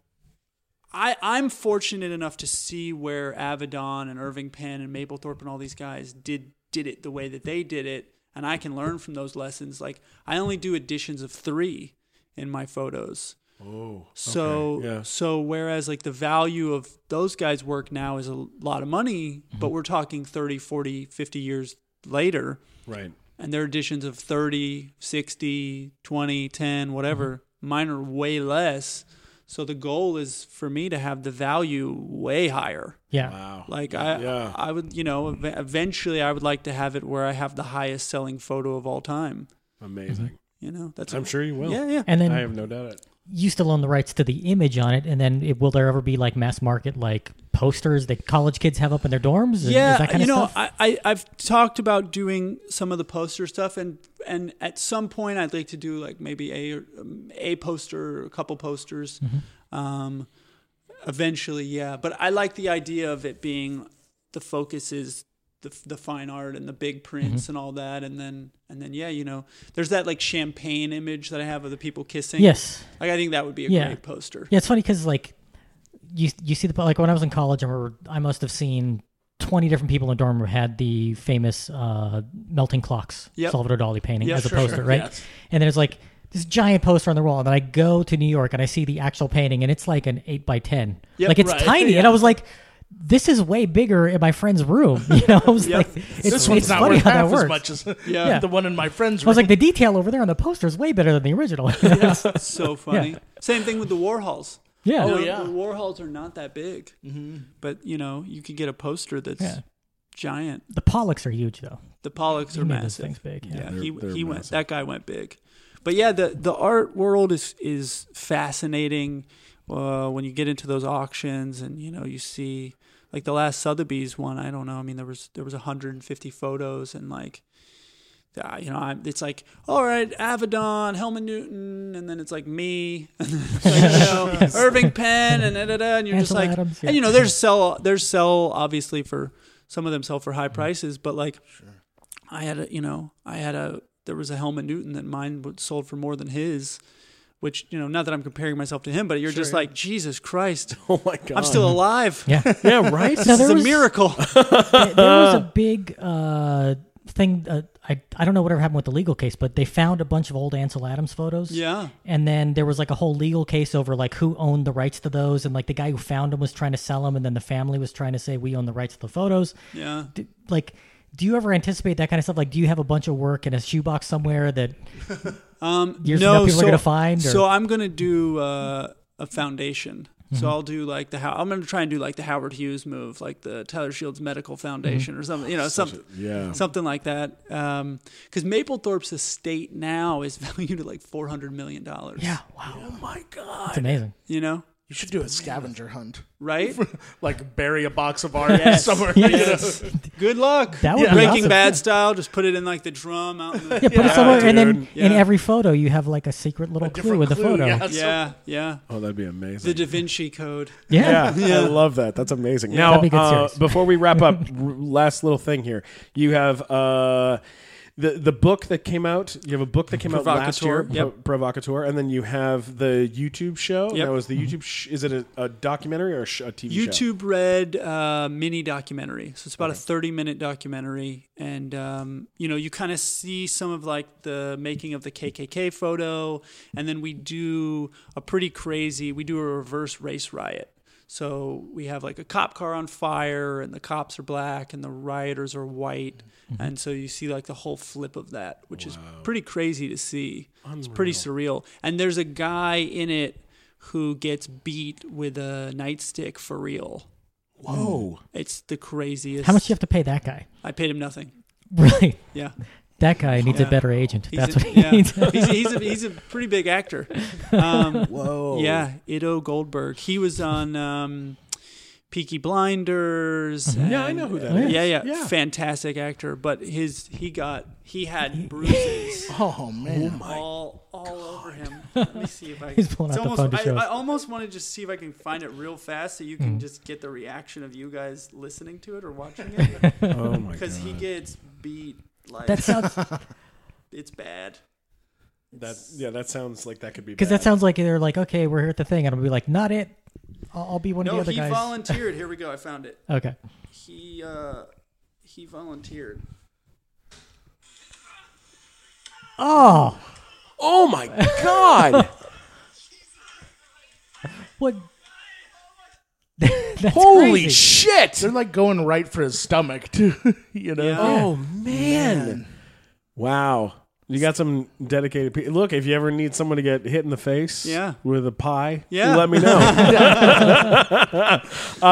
I, I'm fortunate enough to see where Avedon and Irving Penn and Maplethorpe and all these guys did did it the way that they did it, and I can learn from those lessons. Like I only do editions of three in my photos. Oh, so yeah. so whereas like the value of those guys' work now is a lot of money, but we're talking 30, 40, 50 years later, Right. and their editions of 30, 60, 20, 10, whatever. Mm-hmm. Mine are way less. So the goal is for me to have the value way higher. Yeah. Like I Yeah. I would, you know, ev- eventually I would like to have it where I have the highest selling photo of all time, Amazing. you know. That's I'm sure you will. Yeah, yeah. And then I have no doubt it. you still own the rights to the image on it, and then it, will there ever be like mass market like posters that college kids have up in their dorms? And yeah, is that kind you of know, stuff? I, I I've talked about doing some of the poster stuff, and and at some point I'd like to do like maybe a um, a poster, or a couple posters, Mm-hmm. um, eventually, yeah. But I like the idea of it being the focus is the the fine art and the big prints Mm-hmm. and all that, and then and then yeah, you know, there's that like champagne image that I have of the people kissing. yes. like I think that would be a Yeah. great poster. Yeah, it's funny because like you you see the like when I was in college, I remember I must have seen twenty different people in the dorm who had the famous uh, melting clocks Yep. Salvador Dali painting Yeah, as sure, a poster, sure. right? Yes. And there's like this giant poster on the wall, and then I go to New York and I see the actual painting, and it's like an eight by ten, Yep, like it's right. tiny, and Yeah. I was like. This is way bigger in my friend's room. You know, I was Yep. like, it's, This one's it's not funny worth how that half works. as much as Yeah. the one in my friend's I was room. like, the detail over there on the poster is way better than the original. so funny. Same thing with the Warhols. Yeah. You know, Oh, yeah. The Warhols are not that big, but you know you could get a poster that's Yeah. giant. the Pollocks are huge, though. The Pollocks are Made those things massive. big. Yeah, They're- he they're he went. massive. That guy went big. But yeah, the the art world is is fascinating. Uh, when you get into those auctions and you know you see like the last Sotheby's one, I don't know. I mean, there was there was 150 photos and like. Uh, you know, I'm, it's like, all right, Avedon, Helman Newton, and then it's like me, and then it's like, you know, Irving Penn, and da da da, and you're just Ansel like, Adams, yeah. and you know, there's sell, there's sell, obviously for some of them sell for high Mm. prices, but like, I had a, you know, I had a, there was a Helmut Newton that mine would- sold for more than his, which, you know, not that I'm comparing myself to him, but you're just like, Jesus Christ, Oh my god. I'm still alive. Yeah. Yeah. Right. Now, This is there a was- miracle. there there was a big uh, thing. Uh, I I don't know whatever happened with the legal case, but they found a bunch of old Ansel Adams photos. Yeah. And then there was like a whole legal case over like who owned the rights to those, and like the guy who found them was trying to sell them, and then the family was trying to say we own the rights to the photos. Yeah. D like, do you ever anticipate that kind of stuff? Like, do you have a bunch of work in a shoebox somewhere that years from now people are gonna find, or- Um, So I'm gonna do uh, a foundation. Mm-hmm. So I'll do like the how I'm gonna try and do like the Howard Hughes move, like the Tyler Shields Medical Mm-hmm. Foundation or something, you know, something, yeah. something like that. Because Maplethorpe's estate now is valued at like 400 million dollars. yeah, wow, oh my god! it's amazing. you know, You should do a scavenger hunt. right? Like bury a box of art Yes. somewhere. yes. Good luck. That would be Breaking awesome. Bad style. Just put it in like the drum out. In the, Yeah, put it somewhere, and then in Yeah. every photo you have like a secret little clue Different with the clue, photo. Yeah, so- yeah, yeah. Oh, that'd be The amazing. Da Vinci Code. Yeah. yeah, I love that. That's amazing. Now, That'd be a good uh, series. before we wrap up, r- last little thing here. You have uh, the the book that came out. You have a book that came out last year, Provocateur, yep. Pro- Provocateur, and then you have the YouTube show. Yep. Now, is the YouTube sh- is it a, a documentary or a, sh- a TV show? YouTube Red uh, mini documentary. So it's about a 30 minute documentary. And, um, you know, you kind of see some of like the making of the KKK photo. And then we do a pretty crazy, we do a reverse race riot. So we have like a cop car on fire, and the cops are black, and the rioters are white, and so you see like the whole flip of that, which is pretty crazy to see. It's pretty surreal. And there's a guy in it who gets beat with a nightstick for real. Whoa! It's the craziest. How much do you have to pay that guy? I paid him nothing. Really, Yeah, that guy needs Yeah. a better agent. he's That's a, what he yeah. needs. he's, a, he's a he's a pretty big actor. Um, Whoa! Yeah, Ido Goldberg. He was on um, Peaky Blinders. Mm-hmm. Yeah, I know who Oh, that is. Yeah, yeah, Yeah. fantastic actor. But his he got he had bruises Oh man. all all over him. Let me see if I. He's pulling it's out the almost, phone to show I, us. I almost want to just see if I can find it real fast so you Mm. can just get the reaction of you guys listening to it or watching it Oh my because he gets beat like That sounds it's bad. That yeah, that sounds like that could be because that bad. sounds like they're like, okay, we're here at the thing, and I'll be like, not it. I'll, I'll be one of No, the other he guys. volunteered. Here we go. I found it. okay, He uh he volunteered. Oh my god! what? That's Holy crazy. shit! They're like going right for his stomach too. you know. Oh man. Wow. You got some dedicated people. Look, if you ever need someone to get hit in the face Yeah. with a pie, Yeah. let me know. I just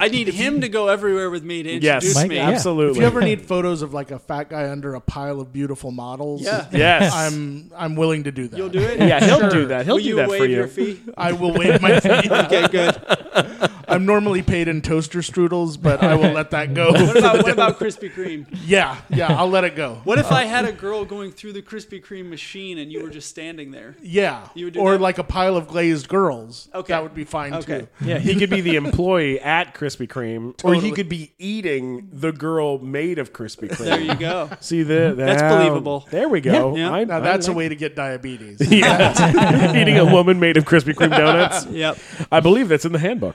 I need him to go everywhere with me to Um, yes, introduce Mike, me. yeah. If absolutely. you ever need photos of like a fat guy under a pile of beautiful models, Yeah. yes. I'm I'm willing to do that. You'll do it. yeah, he'll do that. He'll Will do you that wave for you. your fee? I will waive my fee. Okay, good. I'm normally paid in toaster strudels, but I will let that go. What about what about Krispy Kreme? yeah, yeah, I'll let it go. What if I had a girl going through the Krispy Kreme machine and you were just standing there? Yeah, You would do or that? like a pile of glazed girls. Okay. that would be fine Okay. too. Yeah, he could be the employee at Krispy Kreme, or he could be eating the girl made of Krispy Kreme. There you go. See the, That's now- believable. There we go. Yeah. I- Now I that's a like- way to get diabetes. Yeah. eating a woman made of Krispy Kreme donuts. Yep. I believe that's in the handbook.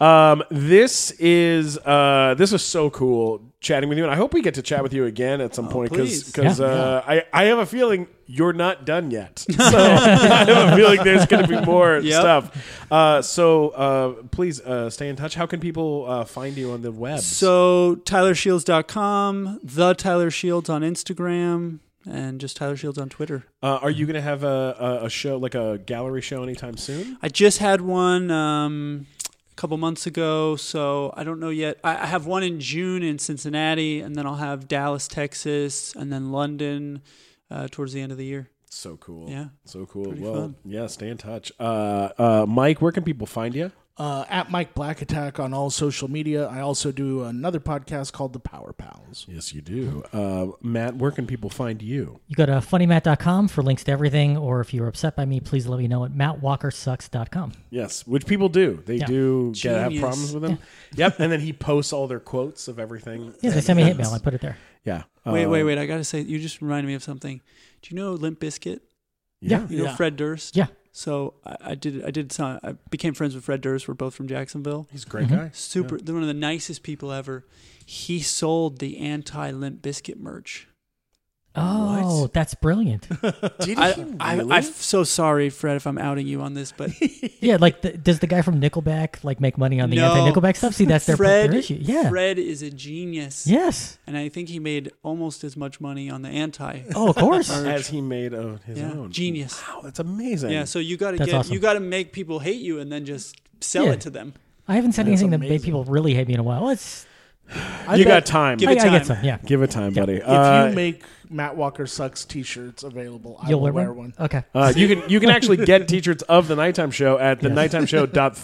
Um, this is uh, this is so cool chatting with you, and I hope we get to chat with you again at some point Oh, please. because Yeah. uh, I I have a feeling you're not done yet. So I have a feeling there's going to be more Yep. stuff. Uh, so uh, please uh, stay in touch. How can people uh, find you on the web? So TylerShields.com, the Tyler Shields on Instagram, and just Tyler Shields on Twitter. uh, are you going to have a, a, a show like a gallery show anytime soon? I just had one um, a couple months ago, so I don't know yet. I, I have one in June in Cincinnati, and then I'll have Dallas, Texas, and then London uh, towards the end of the year. So cool. Yeah. So cool. Pretty well, fun. yeah, stay in touch. Uh, uh, Mike, where can people find you? uh, at Mike Black Attack on all social media. I also do another podcast called The Power Pals. Yes, you do. Uh, Matt, where can people find you? you go to funnymat.com for links to everything, or if you're upset by me, please let me know at mattwalkersucks.com. Yes, which people do. They do get, have Genius. problems with him. Yep. And then he posts all their quotes of everything. Yeah, they sent me a hit mail. I put it there. Yeah. Wait, Uh, wait, wait! I gotta say, you just reminded me of something. Do you know Limp Bizkit? Yeah. You know Fred Durst. Yeah. So I, I did. I did. Some, I became friends with Fred Durst. We're both from Jacksonville. He's a great guy. Super. One of the nicest people ever. He sold the anti Limp Biscuit merch. Oh, that's brilliant. Did I, I, I'm so sorry, Fred, if I'm outing you on this, but yeah, like the, does the guy from Nickelback like make money on the No. anti-Nickelback stuff? See, that's their, Fred, their issue. Yeah. Fred is a genius. Yes. And I think he made almost as much money on the anti. Oh, of course. As he made uh, his Yeah, own. genius. Wow, that's amazing. Yeah, so you got to That's get awesome. you got to make people hate you and then just sell Yeah. it to them. I haven't said anything that made people really hate me in a while. It's you got time. Give I, it Give I time. get some. Yeah. it, time, buddy. If Uh, you make Matt Walker Sucks t-shirts available, I You'll will wear wear one? one. Okay. Uh, you can you can actually get t-shirts of the nighttime show at the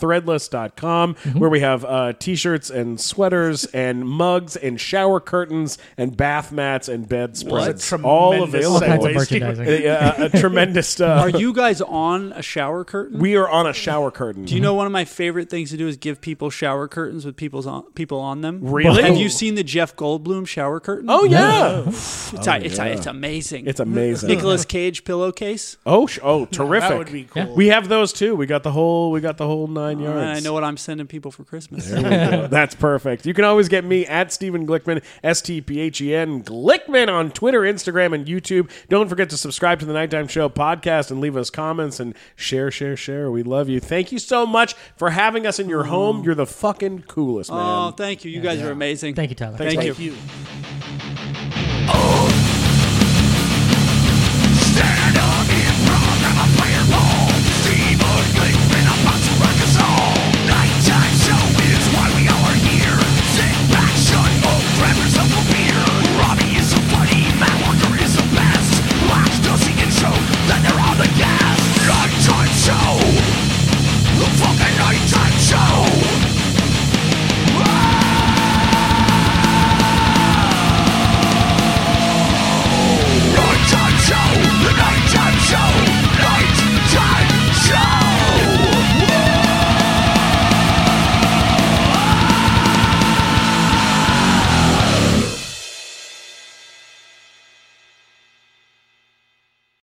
nighttimeshow.threadless.com where we have uh, t-shirts and sweaters and mugs and shower curtains and bath mats and bedspreads What a all tremendous All available kinds of segue. wasting- merchandising. Uh, yeah, a tremendous Are uh, you guys on a shower curtain? we are on a shower curtain Do you know one of my favorite things to do is give people shower curtains with people's on, people on them? Really? Have you seen the Jeff Goldblum shower curtain? oh yeah Oh, it's, it's, it's amazing. it's amazing Nicolas Cage pillowcase. oh sh- oh terrific That would be cool. we have those too we got the whole we got the whole nine yards And I know what I'm sending people for Christmas. That's perfect. You can always get me at Stephen Glickman, S T P H E N Glickman on Twitter, Instagram, and YouTube. Don't forget to subscribe to the Nighttime Show podcast and leave us comments and share, share, share. We love you. Thank you so much for having us in your home. You're the fucking coolest, man. Oh, thank you. You guys are amazing. Thank you, Tyler. Thank Thank you. Thank you.